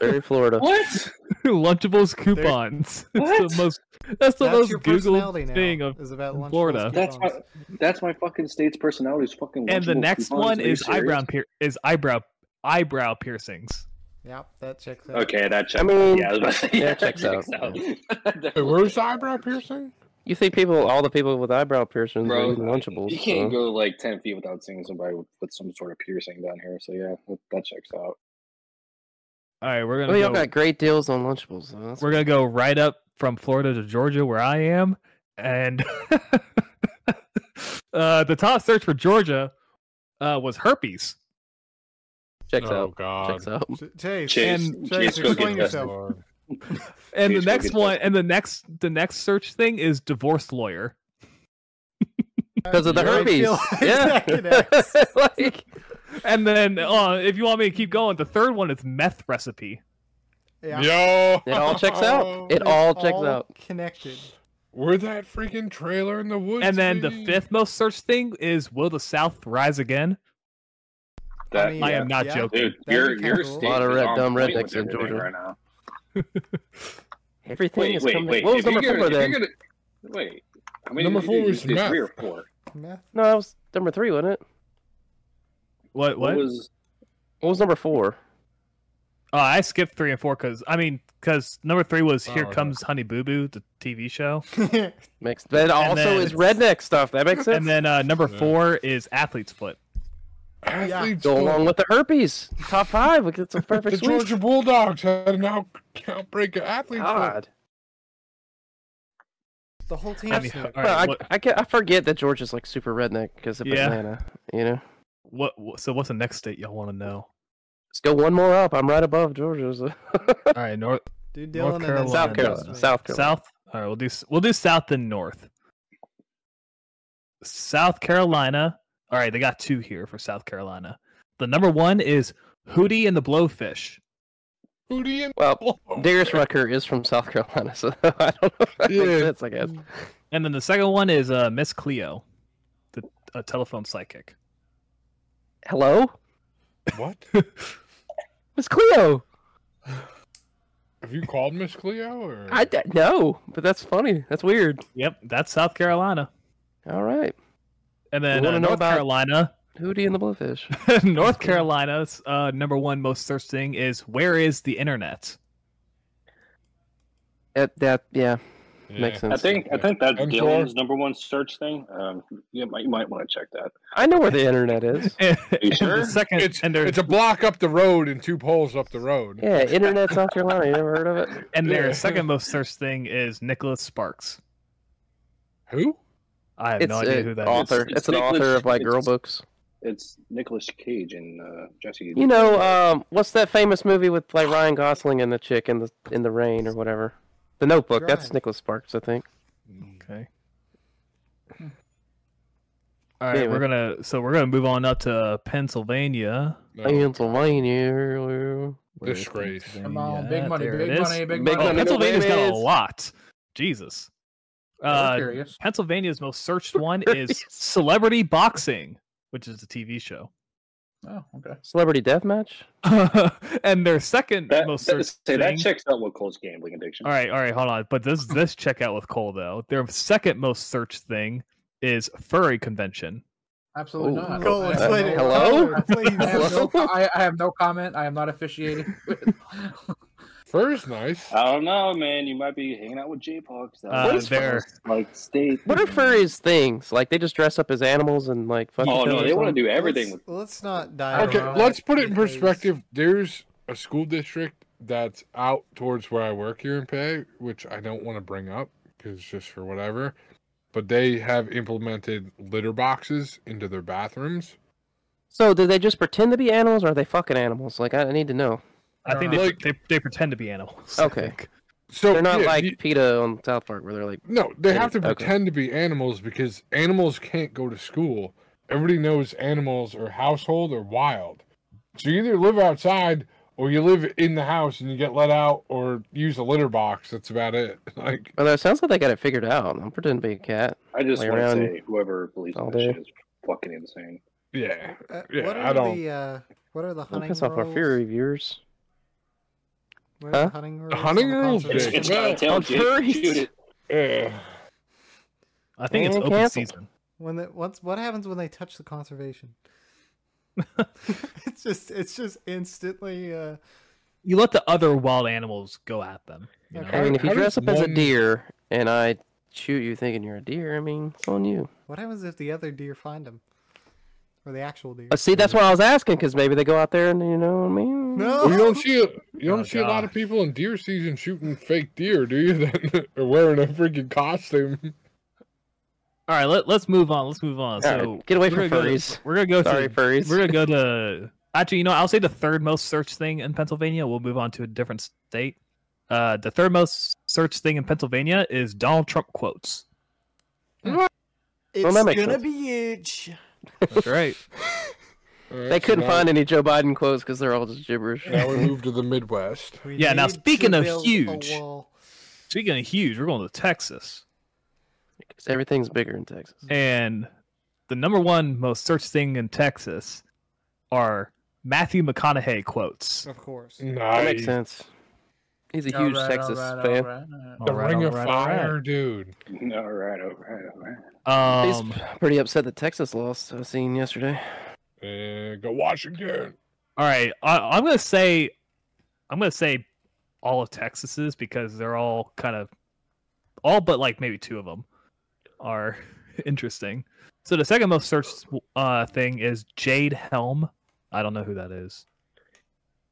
D: Very Florida.
C: What?
B: Lunchables coupons.
C: What?
B: It's the most. That's the
F: That's your
B: most Google
F: personality now.
B: thing of.
F: is about
B: in
F: lunch
B: Florida.
C: That's my that's my fucking state's personality is fucking
B: And the
C: lunchable
B: next
C: coupons.
B: one
C: Are you
B: is
C: serious?
B: eyebrow pier- is eyebrow eyebrow piercings.
F: Yep, that checks out.
C: Okay, that checks.
D: I mean,
C: yeah, I was about to say,
D: yeah,
C: yeah,
D: it checks
C: that
D: out, yeah.
A: Hey, where's the eyebrow piercing?
D: You think people, all the people with eyebrow piercings are
C: Bro,
D: eating Lunchables?
C: You can't
D: so-
C: go like ten feet without seeing somebody with, with some sort of piercing down here. So yeah, that, that checks out.
B: All right, we're
D: I
B: gonna.
D: mean, y'all
B: go-
D: got great deals on Lunchables. Though. That's
B: We're gonna go right up from Florida to Georgia, where I am, and uh, the top search for Georgia uh, was herpes.
D: Checks
A: oh
D: out.
A: God.
D: Checks out.
F: Ch- Chase,
C: Chase,
B: And-
F: Chase,
C: Chase, go
F: explain
C: get that.
F: yourself.
A: Lord.
B: And the
C: Please go
B: next
C: get
B: one,
C: that.
B: and the next, the next search thing is divorce lawyer.
D: Because of the
F: Yeah, I
D: herpes.
F: feel like
D: yeah.
F: that connects.
D: like
B: And then, uh, if you want me to keep going, the third one is meth recipe.
F: Yeah.
A: Yo.
D: it all checks out. It
F: It's
D: all checks out.
F: Connected.
A: We're that freaking trailer in the woods.
B: And then the
A: baby.
B: fifth most searched thing is Will the South rise again?
C: That,
F: mean,
B: I am
C: yeah.
B: not
F: Yeah.
B: joking.
C: Dude,
F: be
C: your
F: kinda
C: your
F: cool.
C: state
D: Lot of
C: is
D: red-
C: on
D: dumb
C: point with
D: rednecks in
C: everything
D: Georgia.
C: right now.
D: Everything
C: Wait,
D: is
C: wait,
D: coming.
C: wait.
D: What was
C: if you're
D: number four
C: gonna- if
D: then?
C: you're gonna- Wait. I mean,
A: Number
C: you-
A: four
C: you
A: was
C: did
A: meth.
C: Three or four.
F: Meth.
D: No, that was number three, wasn't it?
B: What? What?
C: was?
D: What was number four?
B: oh, I skipped three and four because I mean, because number three was
A: Oh,
B: Here
A: okay.
B: Comes Honey Boo Boo, the TV show,
D: Makes that also
B: then-
D: is redneck stuff. That makes sense.
B: and then uh, number
A: Yeah.
B: four is Athlete's Foot.
A: Athletes
D: Go
A: for
D: along with the herpes. Top five. Like, It's a
A: the
D: perfect sweep.
A: Georgia Bulldogs had an out- outbreak of athletes. for-
D: God.
F: The whole team.
B: I mean, all
D: Well,
B: right, what,
D: I, I, get, I forget that Georgia's like super redneck because of
B: Yeah.
D: Atlanta. You know,
B: what, what- So what's the next state y'all want to know?
D: let's go one more up. I'm right above Georgia. so-
B: All right, North,
F: Dude,
B: North
F: Dylan and
B: Carolina.
F: then
D: South
F: Dustin.
D: Carolina. South Carolina.
B: South. All right, we'll do s- we'll do South and North. South Carolina. All right, they got two here for South Carolina. The number one is Hootie and the Blowfish.
A: Hootie and
D: Well,
A: Blowfish.
D: Darius Rucker is from South Carolina, so I don't know. That
A: Yeah.
D: makes sense, I guess.
B: And then the second one is uh, Miss Cleo, the a telephone psychic.
D: Hello,
A: What?
D: Miss Cleo.
A: Have you called Miss Cleo or?
D: I d- no, but that's funny. That's weird.
B: Yep, that's South Carolina.
D: All right,
B: And then
D: wanna
B: uh,
D: know
B: North
D: about-
B: Carolina,
D: Hootie and the Blowfish.
B: North Carolina's uh, number one most searched thing is where is the internet?
D: That that yeah,
A: Yeah.
D: makes sense.
C: I
D: I,
C: think I think that's
A: And
C: Dylan's
A: four.
C: number one search thing. Um, you might you might want to check that.
D: know where the internet is.
B: And- and
C: sure?
B: The second,
A: It's,
B: and their,
A: it's a block up the road and two poles up the road.
D: Yeah, internet South Carolina. You never heard of it?
B: and their
A: Yeah.
B: second most searched thing is Nicholas Sparks.
A: Who?
B: I have
D: It's
B: no idea who
D: an
B: that is.
D: author.
C: It's-
D: It's
C: it's
D: an author
C: Nicholas-
D: of like girl
C: it's-
D: books.
C: It's Nicolas Cage and uh, Jesse.
D: You know, um, what's that famous movie with like Ryan Gosling and the chick in the in the rain or whatever? The Notebook. That's
F: Drive.
D: Nicholas Sparks, I think.
B: Okay. All right,
D: Anyway.
B: we're gonna so we're gonna move on up to Pennsylvania.
D: Oh.
A: No.
D: Pennsylvania.
B: Where is
A: Disgrace.
E: Come on,
B: Pennsylvania?
E: big money,
B: There it
E: big
B: is.
E: money, big
D: Big
B: Oh,
E: money.
D: money, big
B: Pennsylvania's got a
D: ways.
B: lot. Jesus.
E: I was
B: Uh,
E: Oh, curious.
B: Pennsylvania's most searched one is celebrity boxing, which is a TV show.
E: Oh, okay.
D: Celebrity Deathmatch.
B: and their second
C: that,
B: most
C: that,
B: searched
C: say, that
B: thing-
C: checks out with Cole's gambling addiction.
B: All right, all right, hold on. But this this check out with Cole though. Their second most searched thing is furry convention.
E: Absolutely
D: Oh,
E: not.
F: Cole,
E: I have
F: explain
E: no-
F: it.
D: Hello?
F: Tyler, please.
E: I have,
D: Hello?
E: no, I, I have no comment. I am not officiating.
A: First, nice.
C: I don't know, man. You might be hanging out with J Pox.
B: Uh, there.
C: Like state.
D: What are furries things? Like they just dress up as animals and like fuck
C: Oh
D: each
C: no,
D: other
C: they
D: or
C: want to do everything with.
F: Let's, let's not dive.
A: Okay,
F: into
B: uh,
F: that
A: let's put it in
F: because-
A: perspective. There's a school district that's out towards where I work here in Pay, which I don't want to bring up because it's just for whatever. But they have implemented litter boxes into their bathrooms.
D: So do they just pretend to be animals or are they fucking animals? Like I I need to know.
B: I
E: I
B: think they,
E: don't
A: know.
B: they they pretend to be animals. I
D: Okay.
B: think.
A: So
D: They're not
A: yeah,
D: like
A: you-
D: PETA on South Park where they're like
A: no, they have to
D: Okay.
A: pretend to be animals because animals can't go to school. Everybody knows animals are household or wild. So you either live outside or you live in the house and you get let out or use a litter box. That's about it. Like
D: Well that sounds like they got it figured out. I'm pretending to be a cat.
C: I just
D: Play
C: want to
D: around
C: say, whoever believes
D: all
C: in that
D: day.
C: shit is fucking insane.
A: yeah.
F: Uh,
A: Yeah,
F: what are
A: I don't-
F: the uh, what are the
D: Don't
F: hunting
D: piss off our
F: rules?
D: furry viewers.
F: What are
D: Huh?
F: the hunting rules?
A: hunting
F: on the
A: rules,
F: conservation?
A: Jake.
C: It's not a
D: on
C: tail,
D: furries.
C: Jake. Shoot it.
A: Yeah.
B: I think it's
D: And
B: open
D: canceled.
B: season.
F: When the, what's what happens when they touch the conservation? it's just it's just instantly uh,
B: You let the other wild animals go at them. You know?
F: Okay.
D: I mean if you
A: How
D: dress
A: does
D: up as a
A: one-
D: deer and I shoot you thinking you're a deer, I mean it's on you.
F: what happens if the other deer find him, or the actual deer?
D: Uh, see, that's what I was asking because maybe they go out there and you know what I mean.
F: No,
A: Well, you don't see a, you don't
B: Oh,
A: see a lot of
B: gosh.
A: people in deer season shooting fake deer, do you? That are wearing a freaking costume.
B: All right, let, let's move on. Let's move on.
D: All right,
B: so
D: get away
B: we're
D: from
B: gonna go to-
D: furries.
B: we're gonna go
D: Sorry,
B: to
D: furries.
B: we're gonna go to actually, you know, I'll say the third most searched thing in Pennsylvania. We'll move on to a different state. Uh, the third most searched thing in Pennsylvania is Donald Trump quotes.
G: It's
D: Well, that makes
G: gonna
D: sense.
G: be huge.
B: That's right.
D: They couldn't find
A: it.
D: any Joe Biden quotes because they're all just gibberish.
A: Now we move to the Midwest.
F: We
B: Yeah, now
F: need to
B: speaking of
F: build a
B: huge-
F: wall.
B: Speaking of huge, we're going to Texas,
D: 'Cause everything's bigger in Texas.
B: and the number one most searched thing in Texas are Matthew McConaughey quotes.
F: of course.
D: That
A: Nice.
D: makes sense. He's a huge Texas fan.
A: The
B: All right,
A: Ring
B: all
A: of
B: right, all right.
A: Fire, dude.
C: All right, all right, all right.
B: Um,
D: He's pretty upset that Texas lost. I seen yesterday.
A: Uh, go Washington.
B: All right, I, I'm gonna say, I'm gonna say all of Texas's because they're all kind of, all but like maybe two of them are interesting. So the second most searched uh, thing is Jade Helm. I don't know who that is.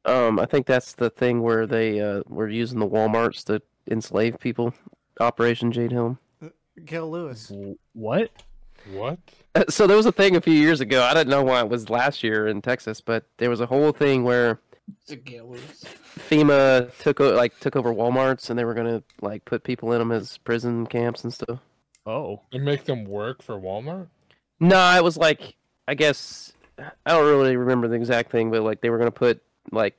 D: Um, I think that's the thing where they uh, were using the WalMarts to enslave people. Operation Jade Helm.
F: Gil Lewis.
B: W- What?
A: What?
D: Uh, So there was a thing a few years ago. I didn't know why it was last year in Texas, but there was a whole thing where
E: It's a gallows.
D: FEMA took o- like took over WalMarts and they were gonna like put people in them as prison camps and stuff.
B: Oh,
A: They make them work for Walmart?
D: No, it was like I guess I don't really remember the exact thing, but like they were gonna put like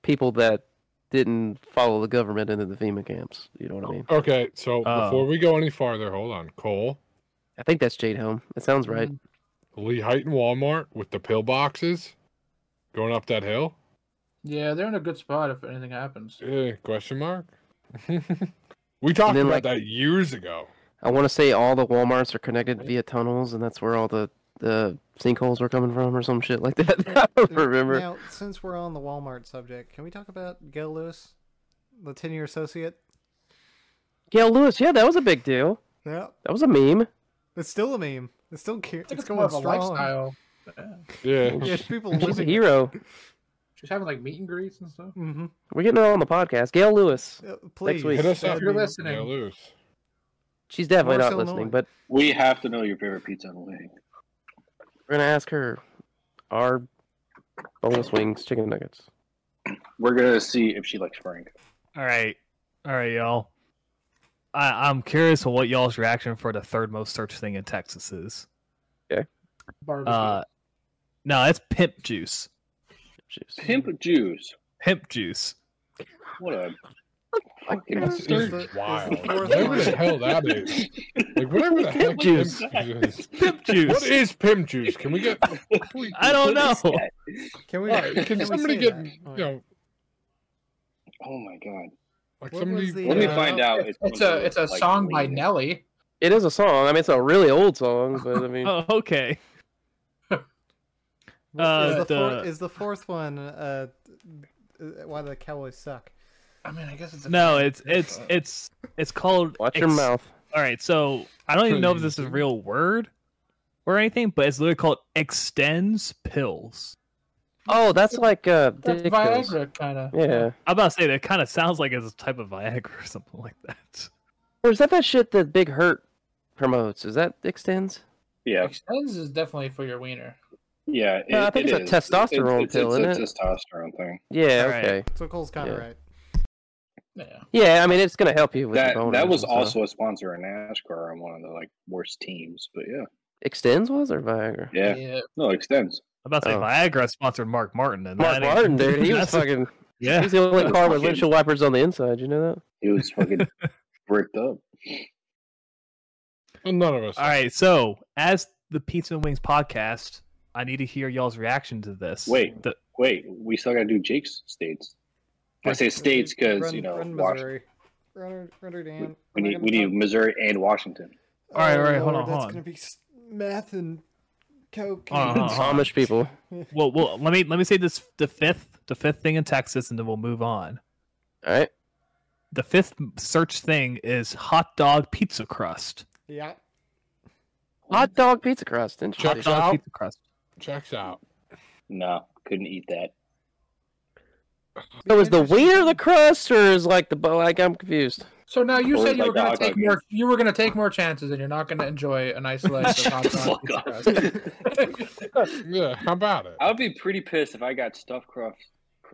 D: people that didn't follow the government into the FEMA camps. You know what I mean?
A: Okay, so
B: Oh.
A: before we go any farther, hold on. Cole,
D: I think that's Jade Helm. That sounds right.
A: Lee Height and Walmart with the pill boxes going up that hill?
E: Yeah, they're in a good spot if anything happens.
A: Eh, question mark? we talked about
D: then, like-
A: that years ago.
D: I want to say all the WalMarts are connected via tunnels, and that's where all the the sinkholes were coming from, or some shit like that. I don't remember.
F: Now, since we're on the Walmart subject, can we talk about Gail Lewis, the ten-year associate?
D: Gail Lewis, yeah, that was a big deal.
F: Yeah,
D: That was a meme.
F: it's still a meme. It's still ca-
E: I
F: it's,
E: think it's
F: going
E: more of a
F: strong.
E: lifestyle.
A: Yeah.
F: Yeah, it's people
D: She's a
F: living.
D: hero.
E: She's having like meet and greets and stuff.
F: Mm-hmm. Uh,
D: We're getting her on the podcast. Gail Lewis.
F: please,
D: week.
A: Hit us up.
E: If you're
F: that'd be-
E: listening,
A: Yeah, loose.
D: She's definitely
F: Morris,
D: not listening,
F: Illinois.
D: but
C: We have to know your favorite pizza in the league.
D: We're gonna ask her. Are boneless wings chicken nuggets?
C: We're gonna see if she likes Frank.
B: all right, all right, y'all. I, I'm curious on what y'all's reaction for the third most searched thing in Texas is.
E: Barbecue.
B: Uh, no, it's pimp juice.
D: Jeez.
C: Pimp Jews.
B: Pimp juice.
C: What a
D: Fucking-
A: That's
F: Is the- is
A: just
F: the
A: wild.
F: fourth
A: Whatever
F: one-
A: the hell that is. Like, whatever the heck
B: juice.
A: pimp juice is.
B: Pimp juice.
A: What is pimp juice? Can we get.
B: I don't know.
F: Can we?
A: Alright,
F: can
A: Can
F: we
A: somebody
F: say
A: get.
F: that?
A: You
F: Alright.
A: know,
C: Oh my god.
A: like
F: What
A: somebody.
F: was the,
C: Let me uh,
F: Yeah.
C: find out.
E: it's, it's a it's a
C: like,
E: song by
C: lean.
E: Nelly.
D: It is a song. I mean, it's a really old song, but I mean,
B: Oh, okay.
F: What-
B: Uh,
F: is, the four,
B: the-
F: is the fourth one uh, uh, why the Cowboys suck?
E: I mean, I guess it's a
B: No, it's it's it's it's called.
D: watch your
B: ex-
D: mouth.
B: All right, so I don't even know if this is a real word or anything, but it's literally called extends pills.
D: Oh, that's like uh,
E: That's
D: dick pills.
E: Viagra kind of.
D: Yeah.
B: I'm about to say that kind of sounds like it's a type of Viagra or something like that.
D: Or is that that shit that Big Hurt promotes? Is that extends?
C: Yeah,
E: Extends is definitely for your wiener.
C: yeah.
D: No, I think it's a
C: is.
D: testosterone
C: it's,
D: pill,
C: it's,
D: isn't
C: it's a testosterone thing.
D: Yeah.
B: All right.
D: Okay.
F: So Cole's kind of
D: Yeah.
F: right.
E: Yeah.
D: Yeah. I mean, it's gonna help you with
C: That
D: the boners
C: that was
D: and stuff.
C: also a sponsor in NASCAR on one of the like worst teams, but yeah,
D: extends was or Viagra.
C: yeah. No, it extends.
B: I'm about to say
D: Oh.
B: Viagra sponsored Mark Martin and
D: Mark
B: that ain't-
D: Martin, dude, he was
B: that's-
D: fucking.
B: yeah.
D: He's the only car with
C: Fucking-
D: windshield wipers on the inside. You know that?
C: It was fucking ripped up.
A: Well, none of us.
B: All right, so as the Pizza and Wings podcast, I need to hear y'all's reaction to this.
C: Wait.
B: The-
C: Wait, we still gotta do Jake's states. I say states because
F: uh, Run-
C: you know Washington.
F: run Missouri. Run, her- run her down.
C: We
F: We're not
C: need
F: gonna
C: we need
F: talk-
C: Missouri and Washington.
B: All right, all right, hold
F: Lord,
B: on, hold
F: that's
B: on.
F: gonna be s- math and coke.
B: Hold on,
D: uh,
F: and-
B: hold on, hold on.
D: Amish people.
B: well, well, let me let me say this: the fifth, the fifth thing in Texas, and then we'll move on.
D: All right.
B: The fifth search thing is hot dog pizza crust.
F: Yeah.
D: Hot dog pizza crust.
A: Chuck
D: Interesting.
B: Hot dog
A: out.
B: pizza crust.
A: Checks out.
C: No, couldn't eat that.
D: So is the wiener the crust, or is like the bo- like I'm confused?
E: So now you
C: Or
E: said you
C: like
E: were going to
C: dog
E: take
C: hugging.
E: more. You were going to take more chances, and you're not going to enjoy a nice slice of hot
C: Shut the
E: dog
C: fuck up.
E: express.
A: yeah, how about it?
C: I would be pretty pissed if I got stuffed crust,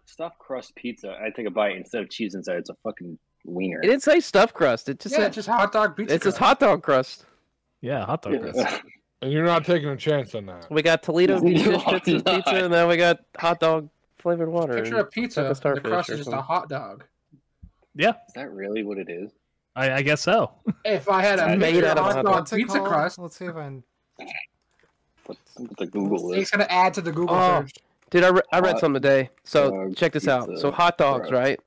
C: stuffed crust pizza. and I take a bite instead of cheese inside. It's a fucking wiener.
D: It didn't say stuffed crust. It just
E: yeah,
D: said
E: just hot dog pizza.
D: it's just
E: crust.
D: hot dog crust.
B: Yeah, hot dog crust.
C: Yeah.
A: And you're not taking a chance on that.
D: We got Toledo
C: No,
D: beef dish
C: I'm
D: pizza,
C: not.
D: pizza, and then we got hot dog flavored water.
E: Picture
D: and-
E: a pizza.
D: like a
E: and the
D: starfish
E: crust
D: or
E: is just a
D: something.
E: hot dog.
C: Is that really what it is?
B: I, I guess so.
E: If I had a
D: Made
E: made
D: out
E: out
D: of
E: hot
D: hot
E: dog
F: What's it
E: pizza
F: called?
E: crust,
F: Let's see if I'm.
C: What's the Google
E: it's
C: list?
E: going to add to the Google
D: Oh.
E: search.
D: Dude, I, re- I read
C: Hot
D: something today. So
C: dog
D: check this out.
C: pizza
D: So hot dogs,
C: crust.
D: right?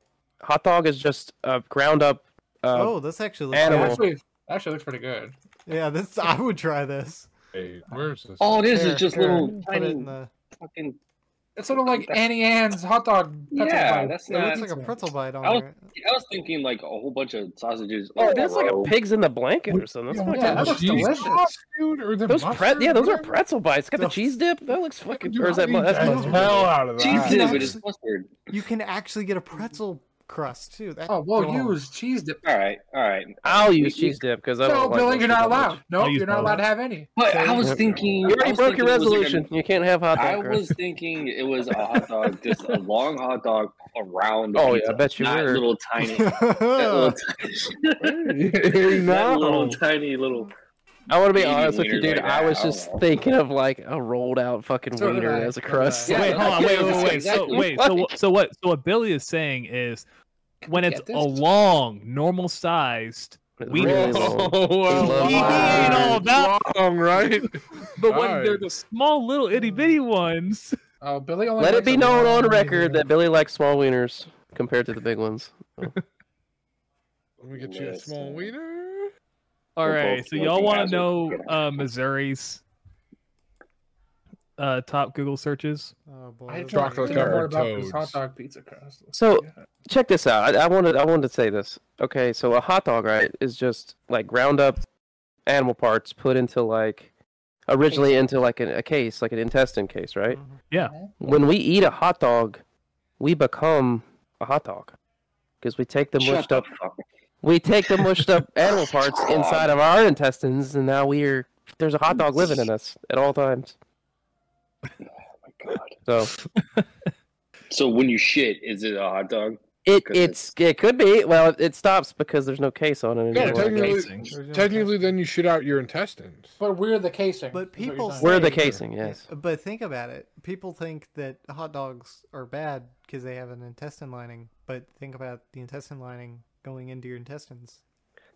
D: Hot dog is just uh, ground up. Uh,
F: oh, this actually looks
D: animal.
F: good.
E: Actually, actually looks pretty good.
F: Yeah, this I would try this.
A: Hey, where's this?
E: Oh,
C: All it is
F: Here,
C: is just
F: here,
C: little
F: Put it
C: tiny
F: in the.
C: fucking.
E: It's sort of like Annie Ann's hot dog. pretzel
C: Yeah,
E: bite.
C: that's
E: It
C: not-
E: looks
F: It's like a pretzel bite
C: I
F: on
C: was-
F: there.
C: I was thinking like a whole bunch of sausages.
D: oh,
C: in
D: that's like a
C: row.
D: pig's in the blanket or something. That's
E: yeah,
D: fucking-
E: that looks
A: Cheese
E: delicious.
A: sauce, dude, or the
D: those
A: mustard
D: pre- yeah,
A: or
D: those are
A: whatever?
D: pretzel bites. It's got the
F: Those-
D: cheese dip. That looks fucking.
A: Dude,
D: or is
A: I
D: that
A: eat
D: mu- that's
A: the
D: mustard?
A: hell out of that.
C: cheese dip. It
F: Nice.
C: is mustard.
F: You can actually get a pretzel crust too. That,
E: Oh, well,
F: God.
E: use cheese dip.
C: All right, all right.
D: I'll use
C: You- you-
D: cheese dip because I don't.
E: No,
D: like
E: Billy,
D: mustard
E: you're
D: that
E: not
D: much.
E: allowed. No,
B: use
E: you're not
B: mine.
E: allowed to have any.
C: But I
F: Okay.
C: was thinking.
D: You already
C: I was
D: broke your
C: thinking it was like a-
D: resolution. you can't have hot
C: I
D: dog. crust.
C: was thinking it was a hot dog, just a long hot dog around.
D: Oh, yeah,
C: pizza,
D: I bet you
C: not
D: were.
C: little tiny. that little tiny that little tiny little.
D: I want to be
C: Eating
D: honest with you,
C: wiener
D: dude.
C: like
D: I
C: that,
D: was
C: I don't
D: just
C: know.
D: thinking of like a rolled out fucking
E: So did
D: wiener
E: I.
D: as a
E: So did I.
D: crust.
C: Yeah,
B: wait,
C: that's
B: hold on, wait,
C: what
B: wait,
C: I'm
B: wait.
C: saying.
B: So
C: Exactly.
B: wait, so what- so what? So what Billy is saying is, when
E: Get
B: it's
E: this.
B: a long, normal sized,
D: We
B: We
D: really
B: did.
D: long.
A: well,
D: He
A: wow.
D: ain't all
B: about-
A: long, right?
B: but when
A: Alright.
B: they're the small, little itty bitty ones,
E: Oh, Billy only.
D: Let it
E: likes
D: be
E: a
D: known
E: long
D: on record
E: meal.
D: that Billy likes small wieners compared to the big ones.
A: Let me get you a
C: Listen.
A: small wiener.
B: all
C: We're
B: right.
C: both
B: So y'all
C: looking
B: want
C: at
B: to know
C: it.
B: uh, Missouri's uh, top Google searches?
F: Oh, boy,
E: I
F: this is
E: tried
A: Chocolate
E: to
F: good.
E: figure out more
A: covered
E: about
A: toads.
E: this hot dog pizza crust.
D: So-
E: Yeah.
D: Check this out. I, I wanted I wanted to say this. Okay, so a hot dog, right, is just like ground up animal parts put into like originally into like an, a case, like an intestine case, right?
F: Mhm.
D: When we eat a hot dog, we become a hot dog because we take the
C: Shut
D: mushed
C: the
D: up
C: fuck up. oh
D: we take the mushed up animal parts inside of our intestines, and now we're there's a hot dog living in us at all times.
C: Oh my God.
D: So
C: So when you shit, is it a hot dog?
D: it
C: Goodness.
D: it's it could be well it, it stops because there's no case on it
A: Yeah,
D: anymore. I
A: technically-
D: guess.
B: Casing.
F: Original
A: Technically,
F: intestine.
A: then you shit out your intestines.
E: But we're the casing.
F: But
E: is what you're
F: people
E: saying.
D: We're the
F: Same.
D: casing, yes.
F: But think about it. People think that hot dogs are bad because they have an intestine lining. But think about the intestine lining going into your intestines.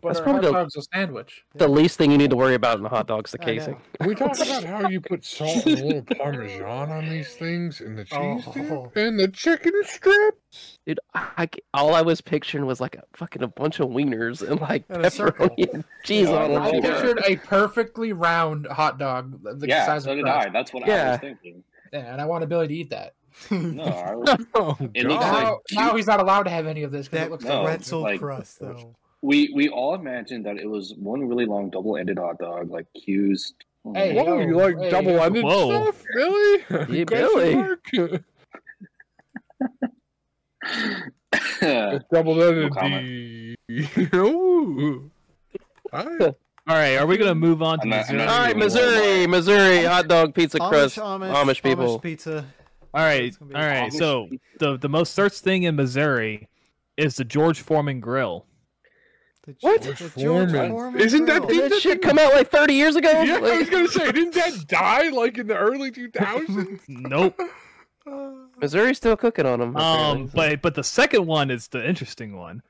E: But
D: That's
E: are
D: probably
E: hot
D: the-
E: dogs a sandwich.
D: The least thing you need to worry about in a hot dog's the
F: I know.
D: casing.
A: Can we talk about how you put salt and a little parmesan on these things, and the cheese dip,
F: Oh.
A: and the chicken strip.
D: Dude, I, I c- all I was picturing was like a fucking a bunch of wieners and like
F: And a circle.
D: pepperoni and cheese
C: Yeah,
D: on
C: I
E: I
D: them.
C: picture-
E: pictured a perfectly round hot dog, the- the
C: yeah,
E: size
C: so
E: of a
C: did
E: crust.
C: I. That's what I
D: Yeah.
C: was thinking.
E: Yeah, and I wanted Billy to eat that.
C: No, I was,
A: Oh,
C: it looks
E: now,
C: like
E: now he's not allowed to have any of this because
F: that
E: it looks
C: no,
E: like
F: pretzel
C: like-
F: crust, though.
C: we we all imagined that it was one really long double-ended hot dog, like Q's.
E: Hey,
A: Whoa, you like
E: Hey,
A: double ended
B: whoa.
A: stuff? Really? Question
D: You Billy.
A: mark?
C: yeah,
A: It's double ended.
C: No comment.
A: Ooh. Alright.
B: All right, are we gonna move on to
C: I'm not- I'm
B: Missouri?
C: not
D: All right,
C: even
D: Missouri, Missouri hot dog pizza crust.
F: Amish,
D: Amish people.
F: pizza.
B: All right,
F: It's
B: all
F: gonna be an
B: right.
C: Amish
B: So the the most searched thing in Missouri is the George Foreman Grill.
F: The
D: What?
F: George,
A: George
F: the George
A: Foreman.
F: Foreman
A: Isn't that
F: grill.
A: the-
D: Did that shit come out like 30 years ago?
A: Yeah, I was
D: Like-
A: gonna say, didn't that die like in the early 2000s?
B: Nope.
F: Uh,
D: Missouri's still cooking on them.
B: um, but but the second one is the interesting one.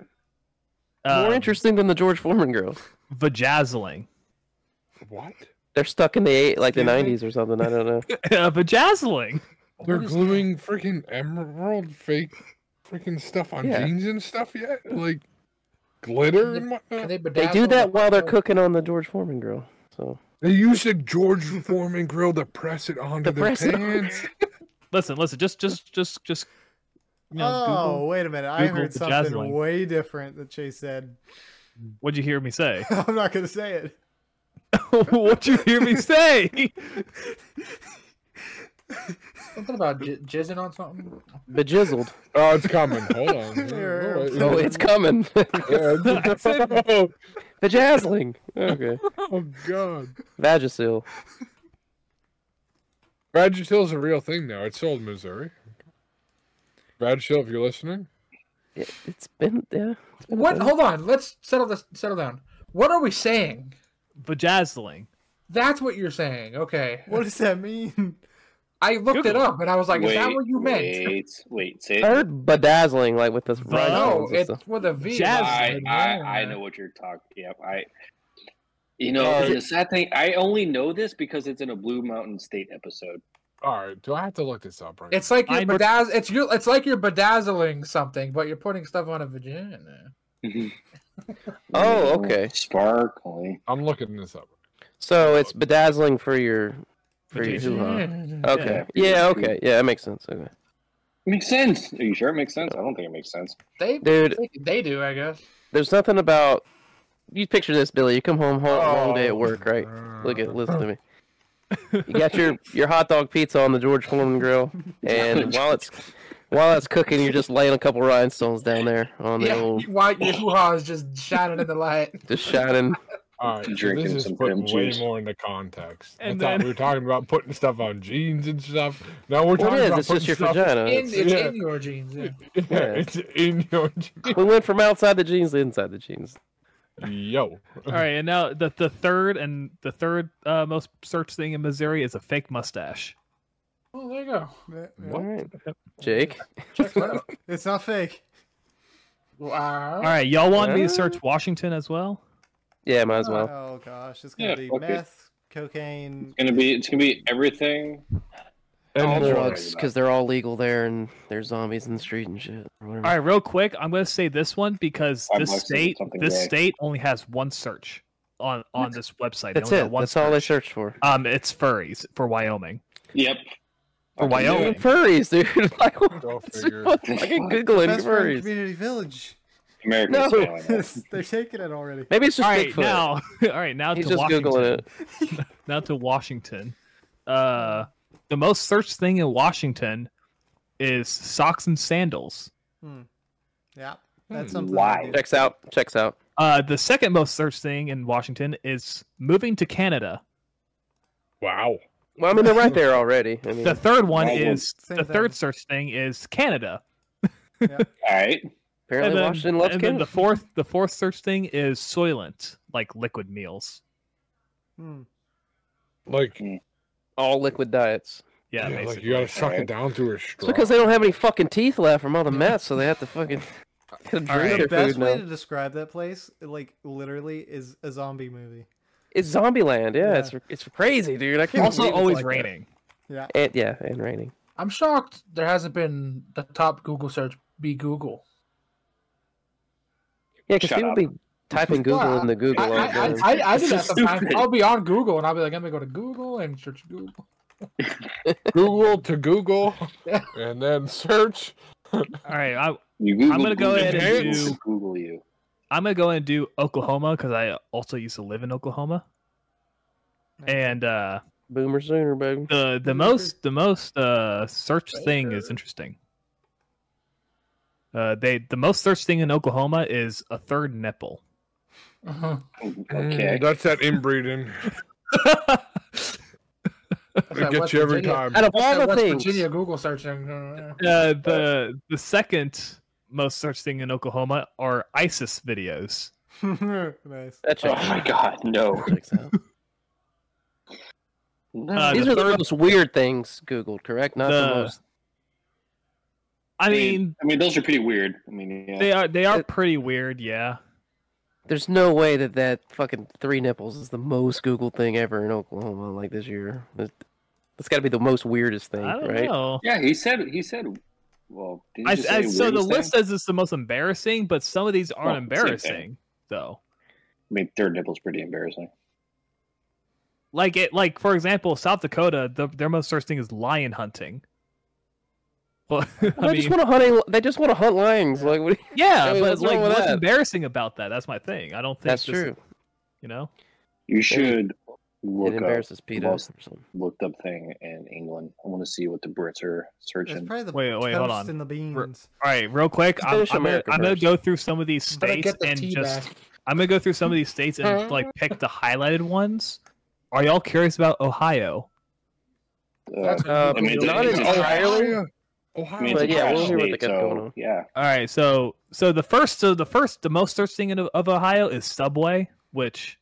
D: More
B: Um,
D: interesting than the George Foreman grill.
B: Vajazzling.
A: what?
D: They're stuck in the eight, like the
F: Excuse me?
D: nineties or something. I don't know.
B: Uh, vajazzling.
A: They're
E: is
A: gluing freaking emerald fake freaking stuff on
D: Yeah.
A: jeans and stuff yet? Like glitter and
E: Can
A: whatnot?
E: they,
D: They do that while they're cooking on the George Foreman grill. So
A: They used a George Foreman grill to press it onto
D: To
A: their
D: press it on-
A: pants.
B: Listen, listen. Just just just just. You know,
F: oh, wait a minute. I
B: Google
F: heard
B: the
F: something
B: Jazzling.
F: way different that Chase said.
B: Google. What'd you hear me say?
F: I'm not going to say it.
B: What'd you hear me say?
E: Something about j- jizzing on something.
D: Bejizzled.
A: Oh, it's coming. Hold on.
G: There.
A: Wait.
D: Oh, it's coming.
A: Yeah, it's-
B: I said-
A: oh,
D: Vajazzling. Okay.
A: oh, God.
D: Vagisil.
A: Badger Hill's a real thing now. It's sold in Missouri. Badger Hill, if you're listening.
D: It, it's been yeah. It's been a
E: What?
D: thing.
E: Hold on. Let's settle this. Settle down. What are we saying?
B: Vajazzling.
E: That's what you're saying. Okay.
F: What does that mean?
E: I looked it
B: Google.
E: up and I was like,
C: wait,
E: is that what you meant?
C: Wait, wait, say
D: I
C: it.
D: heard bedazzling like with this
E: No,
D: rhinestones and
E: it's
D: stuff.
E: with a V.
B: Jazz.
C: I,
E: Yeah.
C: I, I know what you're talking. Yep, I. You know,
D: Yeah,
C: and
D: it-
C: the sad thing, I only know this because it's in a Blue Mountain State episode.
A: All right. Do I have to look this up right
E: It's like you're
B: I know-
E: bedazz- It's you. It's like you're bedazzling something, but you're putting stuff on a vagina.
D: Mm-hmm. Oh, okay.
C: Sparkly.
A: now? I'm looking this up.
D: So it's bedazzling for your for your
B: Vajayjay.
D: hoo ha.
E: Yeah.
D: Okay. Yeah. Okay. Yeah, that makes sense. Okay.
C: Makes sense. Are you sure it makes sense? I don't think it makes sense.
E: They,
D: Dude,
E: they do, I guess.
D: there's nothing about you. Picture this, Billy. You come home home long day
A: Oh.
D: at work, right? Look at listen to me. You got your your hot dog pizza on the George Foreman grill, and while it's while it's cooking, you're just laying a couple rhinestones down there on the
E: Yeah,
D: old,
E: you- why your hoo-ha is just shining in the light.
D: just shining.
A: All right. So
C: Drinking
A: this is
C: some
A: putting
C: cream
A: way
C: juice.
A: more into context.
B: And
A: I thought
B: then-
A: we were talking about putting stuff on jeans and stuff. No, we're
D: What
A: talking
D: is?
A: about
D: It's
A: putting
D: just your
A: stuff.
D: vagina.
E: In,
D: It's-
E: it's
A: yeah.
E: in your jeans. Yeah.
A: Yeah,
D: Yeah.
A: it's in your jeans.
D: we went from outside the jeans to inside the jeans.
A: Yo.
B: All right, and now the the third and the third uh, most searched thing in Missouri is a fake mustache.
E: Oh, there you go.
D: All right, Jake.
E: Check it out.
F: It's not fake.
E: Wow.
B: All right, y'all want me to search Washington as well?
D: Yeah, might as well.
F: Oh gosh, it's gonna
C: Yeah,
F: be
C: fuck it.
F: meth, cocaine.
C: It's gonna be. It's gonna be everything.
A: And
D: all
C: drugs.
D: drugs because they're all legal there, and there's zombies in the street and shit. Or whatever.
B: All right, real quick, I'm going to say this one because
C: I'm
B: this
C: like saying
B: state
C: something
B: this
C: gay.
B: state only has one search on on this website. They
D: That's
B: only got
D: it.
B: One
D: That's all they searched for.
B: Um, it's furries for Wyoming.
C: Yep.
B: For
C: Fucking
B: Wyoming.
C: American-
D: Furries, dude. like,
A: Go
D: what's
A: figure.
D: fucking googling
F: Best friend
D: furries?
F: community village.
C: American
D: No.
C: family.
F: They're taking it already.
D: Maybe it's just
B: all right,
D: Bigfoot.
B: now, all right, now
D: He's
B: to
D: just
B: Washington.
D: googling it.
B: now to Washington. Uh, the most searched thing in Washington is socks and sandals.
F: Yeah,
A: Hmm.
F: that's something.
C: Why?
F: they do.
D: Checks out. Checks out.
B: Uh, the second most searched thing in Washington is moving to Canada.
A: Wow.
D: Well, I mean, they're right there already. I mean,
B: The third one
C: Right,
B: is
F: same
B: the
F: thing.
B: third search thing is Canada.
C: All right.
D: apparently
B: and then,
D: Washington loves
B: and then
D: Canada.
B: the fourth the fourth search thing is soylent, like liquid meals.
F: Hmm.
A: Like,
D: All liquid diets.
B: Yeah,
A: yeah, like
B: basically.
A: you gotta suck
C: Alright.
A: it down through a straw.
D: It's because they don't have any fucking teeth left from all the meth, so they have to fucking drink
B: right.
D: their
F: The best
D: food
F: way
D: now.
F: to describe that place, like literally, is a zombie movie.
D: It's Zombieland. Yeah,
F: Yeah.
D: it's it's crazy, dude. I can't
B: also
D: believe it's
B: always
D: like that.
B: raining.
D: And, yeah, and raining.
E: I'm shocked there hasn't been the top Google search be Google.
D: Yeah, because
C: Shut
D: people
C: up.
D: be typing
E: Well,
D: Google in the Google.
E: I,
D: all
E: I,
D: day.
E: I, I, I do
C: This
E: that
C: is
E: sometimes.
C: stupid.
E: I'll be on Google and I'll be like, let me go to Google and search Google.
A: Google to Google and then search.
B: All right, I,
C: You Google.
B: I'm gonna go
C: Google,
A: ahead and
C: Google,
B: do-
C: Google you.
B: I'm gonna go and do Oklahoma because I also used to live in Oklahoma. And uh,
D: Boomer sooner, baby.
B: the the most the most uh searched thing is interesting. Uh, they the most searched thing in Oklahoma is a third nipple.
C: Okay.
A: Mm, that's that inbreeding.
B: Uh,
A: it gets you every time.
D: Out of
E: All
D: all the
E: West
D: things,
E: Virginia Google searching. uh,
B: Uh, the the second most searched thing in Oklahoma are ISIS videos.
F: nice.
D: that checks
C: Oh my God, no.
D: out. Checks out.
B: Uh,
D: Mm, These
B: the
D: are the
B: third-
D: most weird things Googled, correct? Not the
B: The-
D: most.
B: I mean,
C: I mean, those are pretty weird. I mean, yeah.
B: they are they are
D: It-
B: pretty weird. Yeah,
D: There's no way that that fucking three nipples is the most Googled thing ever in Oklahoma like this year. That- That's got to be the most weirdest thing,
B: I don't
D: right?
B: know.
C: yeah, he said. He said. Well, did
B: I,
C: he just
B: I-
C: say
B: so the
C: weirdest thing?
B: list says it's the most embarrassing, but some of these aren't
C: Well, same thing.
B: embarrassing though.
C: I mean, third nipple's pretty embarrassing.
B: Like it, like for example, South Dakota, the, their most searched thing is lion hunting. Well,
D: I,
B: I
D: just
B: mean,
D: want to hunt. They just want to hunt lions. Like, what do you-
B: yeah,
D: I mean,
B: but
D: what's wrong
B: like,
D: with
B: what's
D: that?
B: embarrassing about that? That's my thing. I don't think
D: that's
B: this is-
D: true.
B: you know,
C: You should
D: It
C: look up,
D: embarrasses PETA or
C: most-
D: something.
C: looked up thing in England. I want to see what the Brits are
F: It's
C: searching.
F: probably the
B: Wait, wait,
F: toast
B: hold on.
F: and the beans.
B: All right, real quick,
D: Let's
B: I'm,
D: finish
B: I'm gonna,
D: America
B: I'm gonna
D: first.
B: go through some of these
E: But I
B: states
E: get the
B: and
E: tea
B: just
E: back.
B: I'm gonna go through some of these states and like pick the highlighted ones. Are y'all curious about Ohio?
C: Uh,
E: That's
D: Uh,
E: what
C: I mean,
E: we
D: not
E: do.
C: it's- it's-
D: entirely.
C: I mean, it's
D: But
C: a
D: yeah,
C: trash
D: we'll hear what they
C: state,
D: got
C: so,
D: going on.
C: Yeah,
B: All right, so so the first, so the first, the most searched thing in, of Ohio is Subway, which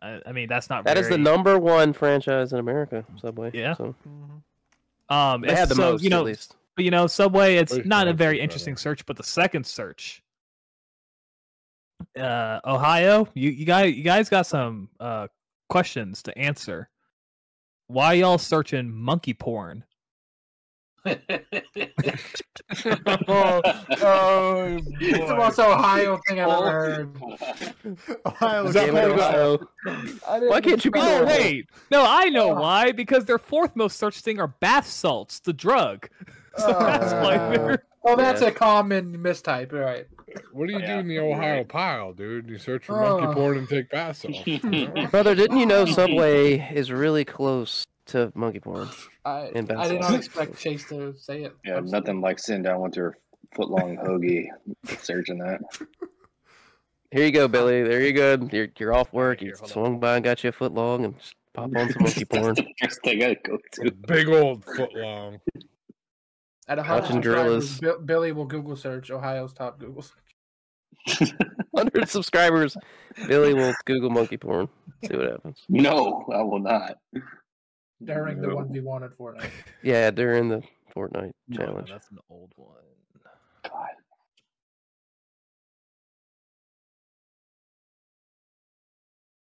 B: I, I mean that's not
D: That is
B: very,
D: the number one franchise in America, Subway.
B: Yeah.
D: So
F: Mhm.
B: um
D: they
B: it's-
D: had the
B: so,
D: most,
B: you know,
D: at least.
B: But you know, Subway, it's
A: Wait,
B: not a
A: that's
B: very
A: better.
B: interesting search, but the second search. Uh Ohio, you, you guys you guys got some uh questions to answer. Why y'all searching monkey porn?
A: oh, oh,
E: It's the
A: boy.
E: most Ohio thing I've ever heard.
F: Ohio
A: Is
F: was
A: that
D: Damn it,
A: part of the-
D: Ohio. Why can't you be Oh.
B: Oh
D: there?
B: wait. No, I know why. Because their fourth most searched thing are bath salts, the drug. So
D: Oh,
B: that's
F: Uh,
B: why they're
E: Oh, that's
D: Yeah.
E: a common mistype. All right.
A: What do you
C: Oh,
A: do
C: yeah.
A: in the
C: You're
A: Ohio
C: right.
A: pile, dude? You search for
E: Oh.
A: monkey porn and take baths off. you know?
D: Brother, didn't
B: Oh.
D: you know Subway is really close to monkey porn?
E: I,
D: And Ben
E: I did
D: Sass.
E: not expect Chase to say it.
C: yeah, nothing like sitting down with your foot long hoagie, searching that.
D: Here you go, Billy. There you go. You're, you're off work. You
B: Here, hold on.
D: swung by and got you a foot long and just pop on some monkey porn.
C: First thing I go to.
A: Big old foot long.
E: At a hundred
D: Watching
E: subscribers, Bill- Billy will Google search Ohio's top Google. search.
D: 100 subscribers. Billy will Google monkey porn. See what happens.
C: No, I will not.
E: during the
C: No.
E: one v one at Fortnite.
D: Yeah, during the Fortnite challenge.
B: that's an old one.
C: God.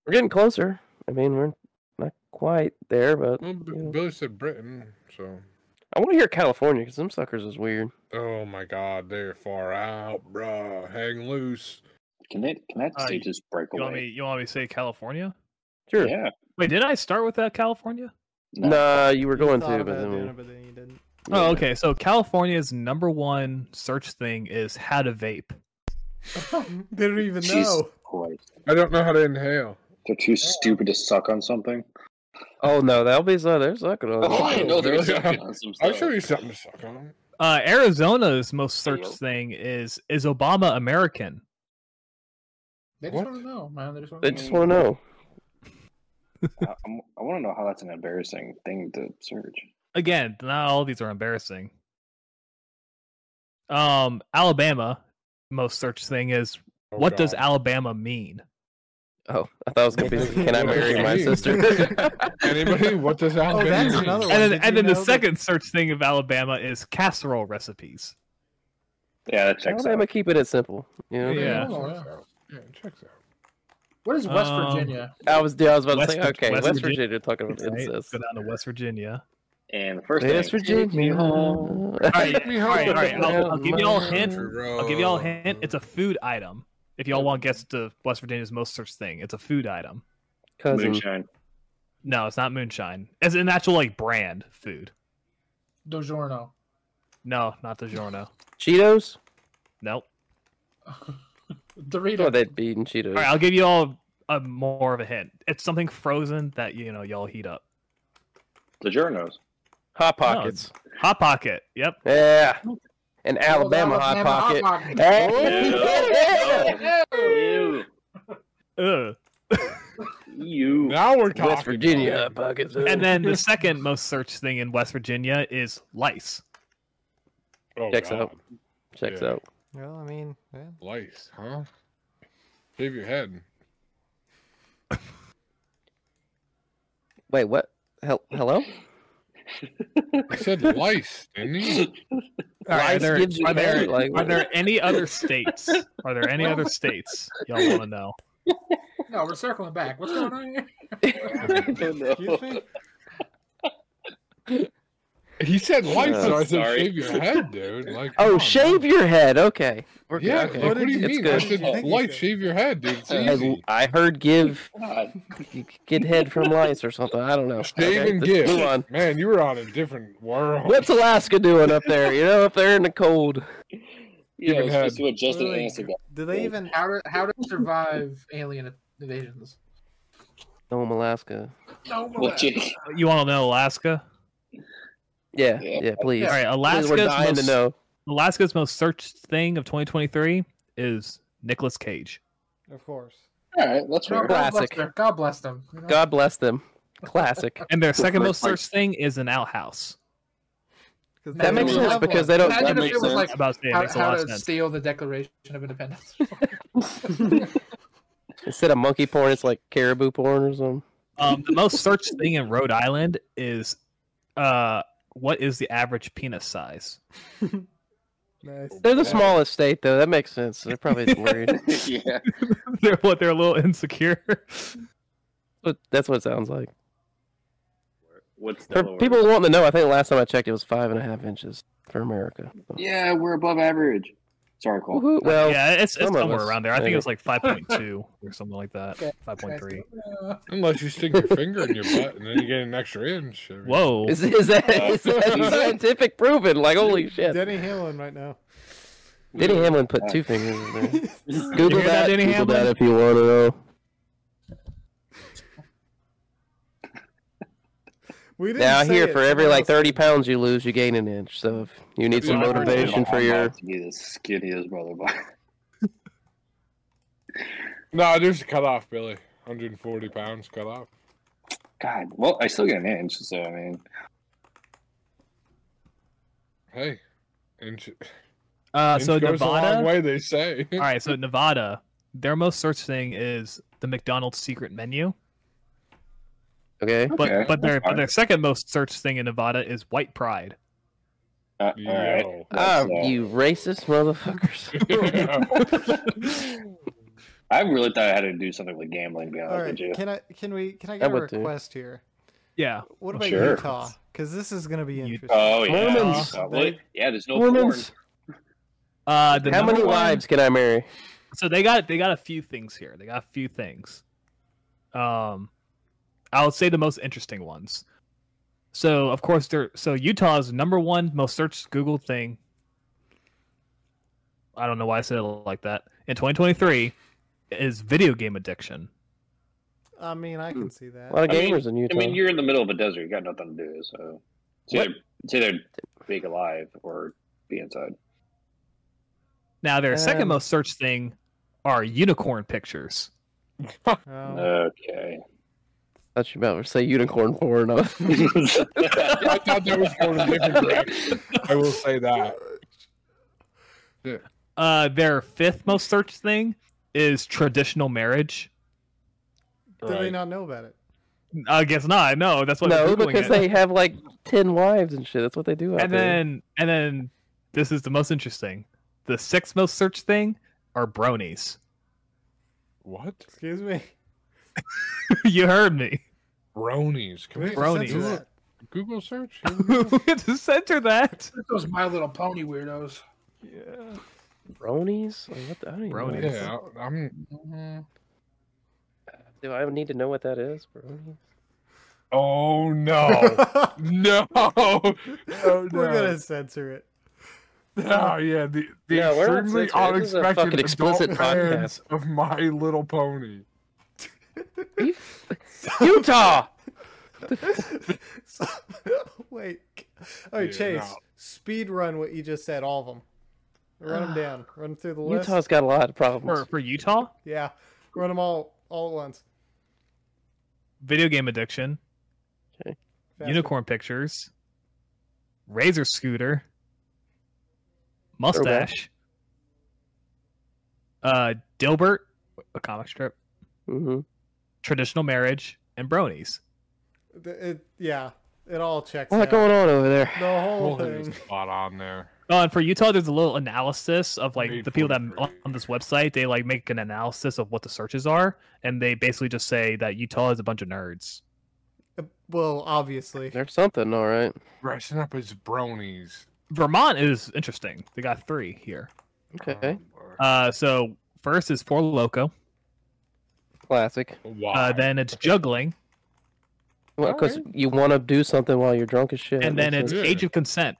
D: We're getting closer. I mean, we're not quite there, but
A: Well, B-
D: Yeah.
A: Billy said Britain, so.
D: I want to hear California because them suckers is weird.
A: Oh my God, they're far out, bruh. Hang loose.
C: Can that can that
B: Uh,
C: state just break
B: You want me
C: away?
B: you want me to say California?
D: Sure.
C: Yeah.
B: Wait, did I start with uh, California?
C: No.
D: Nah, you were
F: You
D: going
F: thought
D: to, but
F: about
D: then
F: doing
D: we-
F: it, but then you didn't.
B: Oh, okay. So California's number one search thing is how to vape.
F: Didn't even
C: Jeez.
F: know.
C: Christ.
A: I don't know how to inhale.
C: They're too stupid to suck on something.
D: oh no, that'll be so. There's not gonna.
C: Oh, I know they're
A: really?
C: sucking on some
A: I'll
C: stuff.
A: show you something to suck on.
B: Uh, Arizona's most searched
C: Hello?
B: thing is is Obama American?
E: They just
A: What?
E: want to know, man. They just want
D: They
E: to
D: just want to know.
C: I, I'm- I want to know how that's an embarrassing thing to search.
B: Again, not all of these are embarrassing. Um, Alabama most searched thing is
A: Oh,
B: what does
A: God.
B: Alabama mean?
D: Oh, I thought it was gonna be. Can I marry my
A: Okay.
D: sister?
A: Anybody? What does Alabama
F: that's
A: mean?
F: another one.
B: And then,
F: did you
B: and then the
F: know that-
B: second search thing of Alabama is casserole recipes.
C: Yeah, that checks
D: Alabama
C: out.
D: keeping it simple. You know.
E: know.
B: Yeah.
E: Oh,
A: Checks
E: yeah.
A: out. Yeah, it checks out.
E: What is West
B: Um,
E: Virginia?
D: I was. Yeah, I was about
B: West
D: to say.
B: Vir-
D: Okay,
B: West
D: West,
B: Virginia-
D: Virginia, talking about
B: Right?
D: incest.
B: Go down to West Virginia.
C: And the first
D: West
C: thing,
D: Virginia. All
B: All right, all right, all right. I'll, I'll give you all a hint.
A: Bro.
B: I'll give y'all a hint. It's a food item. If y'all want to guess the West Virginia's most searched thing, it's a food item.
D: Cousin.
C: moonshine.
B: No, it's not moonshine. It's an actual like brand food.
E: DiGiorno.
B: No, not the Giorno.
D: Cheetos.
B: Nope.
E: Dorito.
D: Oh, they'd be eating Cheetos.
B: All right, I'll give you all a more of a hint. It's something frozen that you know y'all heat up.
C: The journos.
D: Hot
B: No,
D: pockets.
B: Hot pocket. Yep.
D: Yeah. An
E: Oh,
D: Alabama, hot pocket.
A: Oh,
C: Hey!
E: Hot Pocket.
C: Ew.
B: Ugh.
C: Ew.
A: Now we're talking. Oh,
D: West Virginia hot pockets.
B: And then the second most searched thing in West Virginia is lice.
A: Oh,
D: Checks
A: God.
D: out. Checks
A: Yeah.
D: out.
F: Well, I mean, yeah.
A: Lice, huh? Shave your head.
D: Wait, what? Hel- hello.
A: I said lice, didn't you?
B: All right, are
D: Lice
B: there,
D: gives you
B: are, there,
D: heat, like,
B: are there any other states? Are there any other states y'all want to know?
E: No, we're circling back. What's going on here?
C: I don't know.
F: Excuse me?
A: He said lice,
D: Yeah.
A: so I said
C: Sorry.
A: shave your head, dude. Like, come
D: Oh,
A: on,
D: shave
A: man.
D: your head. Okay. We're good,
A: Yeah,
D: okay.
A: like, what do you
D: It's
A: mean? I
D: good. Uh,
A: said
C: Oh.
F: Thank you,
A: lice,
F: sir.
A: shave your head, dude. It's
D: I-
A: easy.
D: I heard give
C: God.
D: you could get head from lice or something. I don't know.
A: Shave and
D: let's
A: give.
D: Move on.
A: Man, you were on a different world.
D: What's Alaska doing up there? You know, up there in the cold.
C: You know,
A: Even
C: it's
A: had-
C: supposed to adjust
F: Really
C: the answer.
F: Do they even
E: How to, how to survive alien invasions?
D: Dome, Oh, Alaska.
C: What you,
B: You want to know Alaska?
D: Yeah,
C: Yeah.
D: yeah, please.
B: All right,
D: Please, we're
B: Alaska's
D: dying
B: most,
D: to know.
B: Alaska's most searched thing of 2023 is Nicolas Cage.
F: Of course.
C: all right, that's
E: No,
C: fair.
E: God bless
D: Classic.
E: them. God bless them. you know?
D: God bless them. Classic.
B: And their second most
C: Like-
B: searched thing is an outhouse.
F: 'Cause
D: That
F: they
D: makes
F: were-
D: sense
E: Level.
D: because they don't-
E: Imagine
C: That
E: if
C: makes
E: it was
C: sense.
E: like
B: About to say it
E: how,
B: makes a
E: how
B: lot
E: to
B: of sense.
E: steal the Declaration of Independence.
D: Instead of monkey porn, it's like caribou porn or something.
B: Um, the most searched thing in Rhode Island is uh, what is the average penis size?
F: Nice.
D: They're the smallest state, though. That makes sense. They're probably worried.
C: yeah.
B: they're what they're a little insecure.
D: But that's what it sounds like.
H: What's the
D: For
H: lower?
D: people wanting to know, I think last time I checked, it was five and a half inches for America. So-
C: Yeah, we're above average. Sorry, Cole.
D: Woohoo. Well,
B: yeah, it's, it's
D: Oh, some of
B: somewhere
D: us,
B: around there. I think
D: maybe.
B: it was like 5.2 or something like that. 5.3.
A: Unless you stick your finger in your butt and then you get an extra inch. I mean,
B: Whoa.
D: is, is that, is that scientific proven? Like, holy shit.
F: Denny Hamlin right now.
D: Denny Hamlin put two fingers in there. Google
B: hear that,
D: that,
B: Denny
D: Google
B: Hamlin?
D: that if you want to know.
F: We didn't
D: Now,
F: say
D: here,
F: it,
D: for every
F: someone
D: like
F: else did.
D: 30 pounds you lose, you gain an inch. So if you need some
A: Yeah.
D: motivation for
C: I'm
D: your.
C: about to be the skinniest motherfucker.
A: No, there's a cutoff, Billy. 140 pounds cutoff.
C: God, well, I still get an inch, so I mean,
A: Hey, inch.
B: Uh,
A: inch
B: so
A: goes a long
B: Nevada.
A: way, they say.
B: All right, so Nevada, their most searched thing is the McDonald's secret menu,
D: Okay.
B: but
C: Okay,
B: but their
C: that's
B: but
C: fine.
B: their second most searched thing in Nevada is white pride.
C: uh, all right.
A: Yo.
D: Ah,
C: That's, uh,
D: you racist motherfuckers.
C: I really thought I had to do something with gambling. To be honest
F: All
C: with
F: right,
C: you,
F: can I can we can I
D: I
F: get a
D: would do.
F: request here?
B: Yeah,
F: What about
C: Sure.
F: Utah? Because this is gonna be
B: Utah.
F: interesting.
C: oh yeah,
D: Mormons.
C: Uh, what? yeah. There's no porn.
D: Mormons,
B: uh, the
D: how
B: number
D: many
B: one-
D: wives can I marry?
B: So they got they got a few things here. They got a few things. Um, I'll say the most interesting ones. So of course they're so Utah's number one most searched Google thing. I don't know why I said it like that. In 2023, is video game addiction.
F: I mean, I can see that.
D: A lot of
C: I mean-
D: gamers in Utah.
C: I mean, you're in the middle of a desert. You got nothing to do, so it's either, it's either big alive or be inside.
B: Now their second
D: Um,
B: most searched thing are unicorn pictures.
F: Um,
C: uh, Okay.
D: thought you were about to say unicorn porn. I was-
C: Oh,
A: I thought that was going a different direction. I will say that.
B: Uh, their fifth most searched thing is traditional marriage.
F: Did they
A: Right.
F: not know about it?
B: I guess not. No, that's what
D: no,
B: they're Googling
D: because
B: it.
D: they have like ten wives and shit. That's what they do out
B: and
D: there.
B: then and then this is the most interesting. The sixth most searched thing are bronies.
A: What?
F: Excuse me.
B: you heard me.
A: Bronies. Can
F: We
A: we
F: have to censor
B: Bronies.
F: that.
A: Google search?
B: we have to center that.
E: Those My Little Pony weirdos.
D: bronies? Like, what the, I don't even know.
B: Bronies.
A: Yeah, I- I'm.
F: Mm-hmm.
E: Mhm.
D: Do I need to know what that is, bronies?
A: Oh no, no, oh no.
F: We're gonna censor it.
A: No, yeah, the, the
D: Yeah, we're not
A: extremely
D: censoring. This is a
A: unexpected
D: fucking explicit
A: adult fans of My Little Pony.
D: Utah.
F: So- Wait. All right,
A: Yeah,
F: Chase.
A: no.
F: Speed run what you just said. All of them. Run them down. Run through the list.
D: Ah. Utah's got a lot of
B: For
D: problems.
B: for Utah,
F: Yeah. Run them all all at once.
B: video game addiction,
F: Faster.
B: unicorn pictures, razor scooter, mustache, uh, Dilbert, a comic strip,
D: hmm
B: traditional marriage, and bronies.
F: Th- It, yeah. It all checks.
D: A lot
F: out.
D: going on over there.
F: The
A: We'll
F: whole
A: have
F: thing.
A: a spot on there.
B: Oh, and for Utah, there's a little analysis of like
A: Made
B: the people that
A: 43.
B: on this website. They like make an analysis of what the searches are, and they basically just say that Utah is a bunch of nerds.
F: Uh, Well, obviously.
D: There's something, all right.
A: Dressing up as bronies.
B: Vermont is interesting. They got three here.
D: Okay,
A: Um, Oh,
B: Uh, so first is Four Loco.
D: classic.
A: Wow.
B: Uh, then it's juggling,
D: Well, because you want to do something while you're drunk as shit.
B: and then it's
A: sense.
B: age of consent.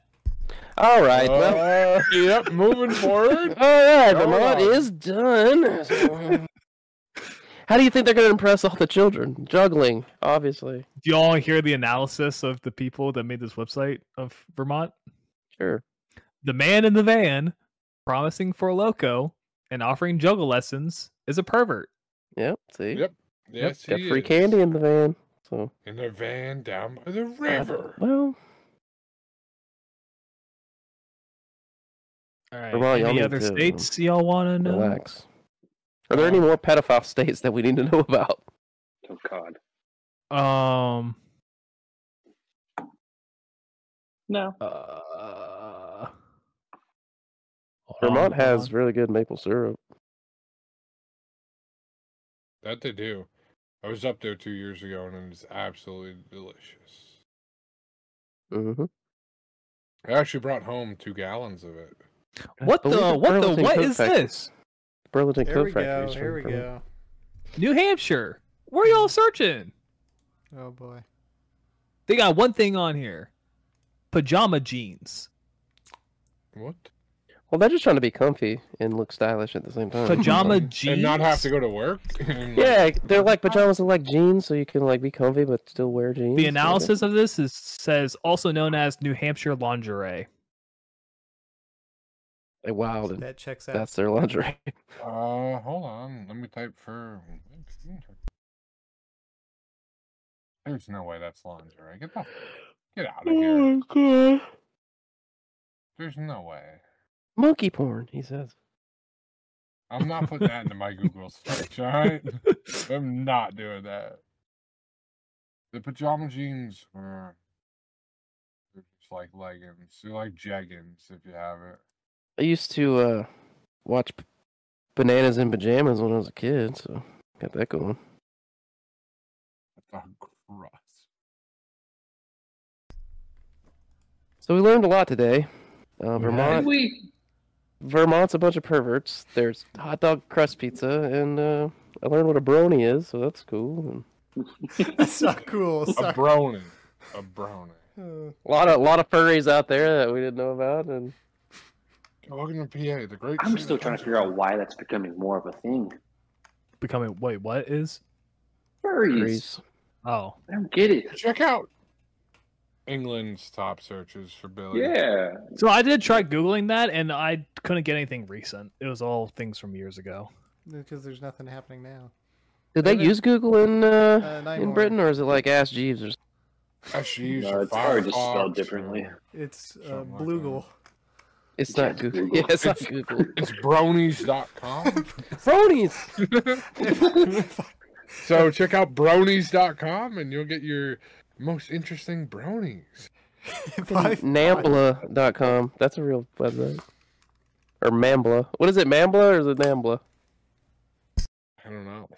D: all right. well,
A: yep, moving forward.
D: all right.
A: Go on.
D: Vermont is done. How do you think they're going to impress all the children? Juggling, obviously.
B: Do y'all hear the analysis of the people that made this website of Vermont?
D: Sure.
B: The man in the van promising for a loco and offering juggle lessons is a pervert.
D: Yep. See,
A: Yep. Yes,
D: got
A: he
D: free
A: is.
D: candy in the van. So
A: in their van down by the
D: I don't-
A: river.
D: Well,
B: All right.
D: Vermont, y'all
B: any
D: need
B: other
D: to
B: states y'all want to know?
D: relax. Are there any more pedophile states that we need to know about?
C: Oh God.
B: Um.
C: No.
B: Uh, hold on, hold
D: Vermont has
B: on.
D: really good maple syrup.
A: That they do. I was up there two years ago and it was absolutely delicious.
D: Mm-hmm.
A: I actually brought home two gallons of it.
B: What the? What the? What is this?
D: Burlington
F: There
D: Coat
F: we
D: Factory.
F: go.
D: is from
F: Here we
D: Vermont.
F: go.
B: New Hampshire. Where y'all searching?
F: Oh boy.
B: They got one thing on here: pajama jeans.
A: What?
D: Well, they're just trying to be comfy and look stylish at the same time.
B: Pajama
D: So-
B: jeans.
A: And not have to go to work? And, like,
D: Yeah, they're like pajamas and like jeans, so you can like be comfy but still wear jeans.
B: The
D: like
B: analysis of this is says also known as New Hampshire lingerie.
D: They wild, and
F: That checks out.
D: that's their lingerie.
A: Uh, hold on. Let me type for. There's no way that's lingerie. Get the get out of here.
D: Oh, god!
A: There's no way.
D: Monkey porn, he says.
A: I'm not putting that into my Google search. All right, I'm not doing that. The pajama jeans were they're just like leggings. They're like jeggings if you have it.
D: I used to uh, watch P- Bananas in Pajamas when I was a kid, so got that going.
A: Oh, crust.
D: So we learned a lot today. Uh,
B: We
D: Vermont, Vermont's a bunch of perverts. There's hot dog crust pizza, and uh, I learned what a brony is, so that's cool. And
F: That's not cool.
A: A
F: Sorry.
A: brony. A brony.
F: Uh,
D: a lot of lot of furries out there that we didn't know about, and
A: Welcome to PA. The great.
C: I'm
A: city
C: still
A: of
C: trying to figure out why that's becoming more of a thing.
B: Becoming wait, what is?
C: Furries.
D: Greece.
B: Oh,
C: I don't get it.
A: Check out England's top searches for Billy.
C: Yeah.
B: so I did try googling that and I couldn't get anything recent. It was all things from years ago.
F: because there's nothing happening now.
D: Did they
F: Isn't it-
D: use Google in uh,
F: Uh, Night
D: in
F: Horn.
D: Britain, or is it like Ask Jeeves? Or... s-
A: Gosh, you use
C: No,
A: your
C: it's probably just
A: Firefox
C: spelled
A: or-
C: differently.
F: It's uh,
A: Something like
F: Bluegle.
D: It's
C: Yeah,
D: not
C: it's
D: Google.
C: Google.
D: Yeah, it's not Google.
A: It's bronies.com.
D: Bronies.
A: so check out bronies.com and you'll get your most interesting bronies.
F: If I-
D: Nambla.com. That's a real website. Or Mambla. What is it, Mambla or is it Nambla?
A: I don't know.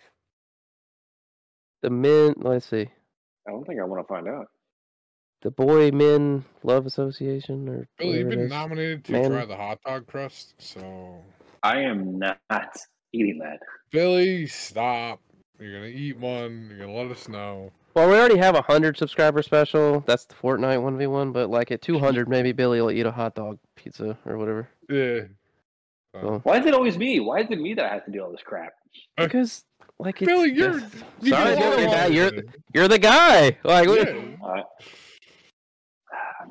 D: The men. Let's see.
C: I don't think I want to find out.
D: The Boy Men Love Association or.
A: Billy, you've
D: whatever it
A: been
D: is.
A: nominated to
D: Man.
A: try the hot dog crust. So,
C: I am not eating that.
A: Billy, stop. You're going to eat one. You're going to let us know.
D: Well, we already have a hundred subscriber special. That's the Fortnite one v one. But like at two hundred, maybe Billy will eat a hot dog pizza or whatever.
A: Yeah.
D: So-
C: Why is it always me? Why is it me that I have to do all this crap?
A: Uh,
D: Because like it's,
A: Billy, you're. You
D: Sorry,
A: belong
D: Billy, now
A: on
D: you're-
A: it.
D: you're the guy. Like what-
A: Yeah.
C: Uh,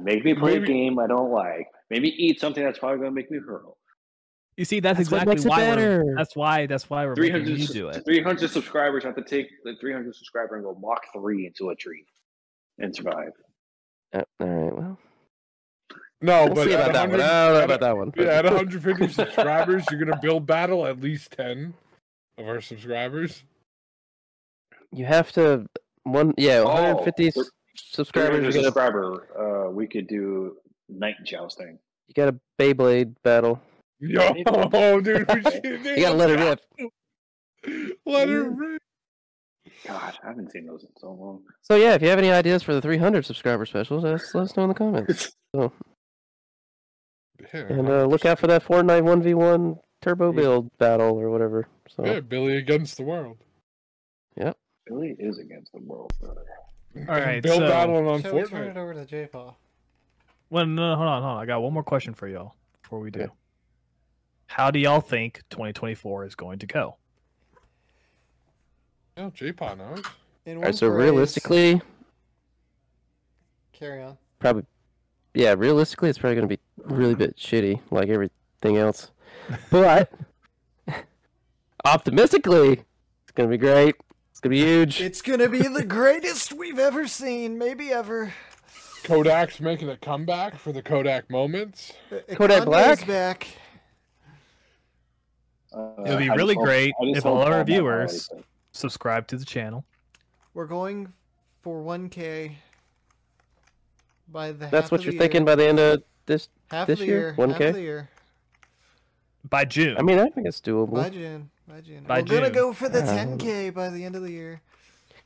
C: make me play
A: Maybe-
C: a game I don't like. Maybe eat something that's probably going to make me hurl.
B: You see, that's,
D: That's what
B: exactly
D: makes it
B: why we're,
D: better.
B: that's why that's why we're making
C: 300,
B: you
C: su-
B: do it.
C: 300 subscribers I have to take the 300 subscriber and go Mach 3 into a tree and survive.
D: Uh, all right. Well,
A: No,
D: we'll
A: but
D: see
A: at
D: about that
A: 100
D: one. I don't know
A: at
D: about that one.
A: Yeah, at 150 subscribers, you're gonna build battle at least 10 of our subscribers.
D: You have to one. Yeah,
C: Oh,
D: 150 s-
C: we're-
D: subscribers.
C: 300
D: You gotta,
C: subscriber, uh, we could do night jousting.
D: you gotta Beyblade battle.
A: Yo, dude, we should,
D: You gotta let it rip.
A: rip. Let it rip.
C: God, I haven't seen those in so long.
D: So yeah, if you have any ideas for the 300 subscriber specials, just let us know in the comments.
A: Yeah,
D: And uh, look out for that Fortnite 1v1 turbo
A: Mm.
D: build battle or whatever. So
A: Yeah, Billy against the world.
C: Billy is against the world, brother.
B: All right,
A: build
B: so-
A: battle on
F: Shall we turn it
A: Fortnite.
F: over to J Paul?
B: Well, no, hold on, hold on. I got one more question for y'all before we do.
D: Okay.
B: How do y'all think 2024 is going to go?
A: Yeah, J-Pod knows.
F: In
D: All
F: one
D: right, so
F: phrase-
D: realistically,
F: carry on.
D: probably, yeah, realistically, it's probably gonna be really bit shitty, like everything else. But optimistically, it's gonna be great. It's gonna be huge.
G: It's gonna be the greatest we've ever seen, maybe ever.
A: Kodak's making a comeback for the Kodak moments.
D: Kodak
G: Kanye's
D: Black?
G: back.
C: Uh,
B: It'll be
C: I just
B: really
C: hope-
B: great
C: I just
B: if all
C: hope
B: our
C: Matt Miley
B: viewers-
C: plays.
B: Subscribe to the channel.
G: We're going for 1K
F: By the
D: That's
F: half
D: what
F: of
D: you're
F: the
D: thinking
F: year,
D: by the end of this.
F: half
D: this
F: of the
D: year?
F: year, half
D: 1K?
F: of the year.
B: By June.
D: I mean, I think it's doable.
F: By June, by June.
B: By
F: We're
G: We're gonna
B: June.
G: go for the
D: Uh,
G: 10K by the end of the year.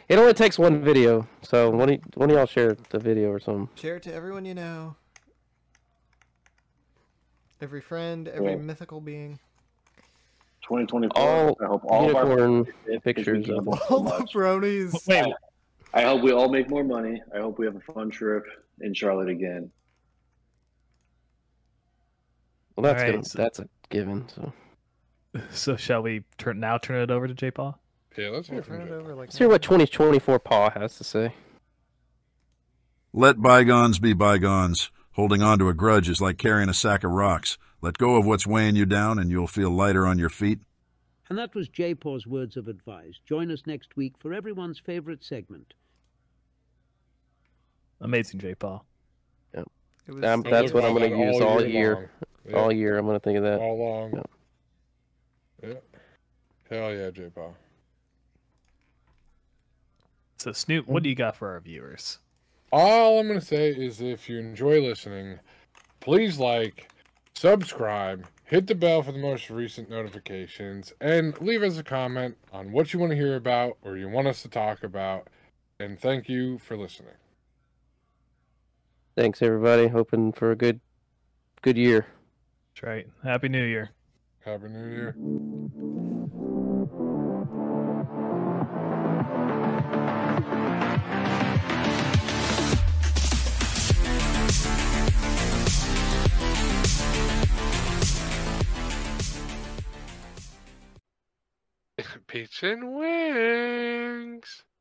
D: It only takes one video, so one of, y- one of y'all share the video or something.
G: Share it to everyone you know.
F: Every friend, every
C: Yeah.
F: mythical being.
C: 2024.
D: All
C: I hope all of our
D: unicorn
C: is
D: pictures of-
C: reachable so
F: All the
C: much.
F: bronies.
B: Wait,
C: I hope we all make more money. I hope we have a fun trip in Charlotte again.
D: Well, that's
B: Alright,
D: gonna,
B: so-
D: that's a given. So
B: so shall we turn now turn it over to J Paul?
A: Yeah, let's
F: We'll
A: hear
F: turn
A: from
F: it
A: J-Pod.
F: over like
D: let's hear what 2024 Paul has to say.
I: Let bygones be bygones. Holding on to a grudge is like carrying a sack of rocks. Let go of what's weighing you down, and you'll feel lighter on your feet.
J: And that was J Paw's words of advice. Join us next week for everyone's favorite segment.
B: Amazing J Paul.
F: It was,
D: Um,
A: I
D: that's what
A: lived
D: I'm
A: by
D: gonna
A: that
D: use all year.
A: long.
D: All year, I'm gonna think of
A: Yeah,
D: that.
A: all long.
D: Yeah.
A: Yeah. Hell yeah, J-Pod.
B: So Snoop, what do you got for our viewers?
A: All I'm going to say is if you enjoy listening, please like, subscribe, hit the bell for the most recent notifications, and leave us a comment on what you want to hear about or you want us to talk about. And thank you for listening.
D: Thanks everybody. Hoping for a good good year.
B: That's right. Happy New Year.
A: Happy New Year. Pizza and wings.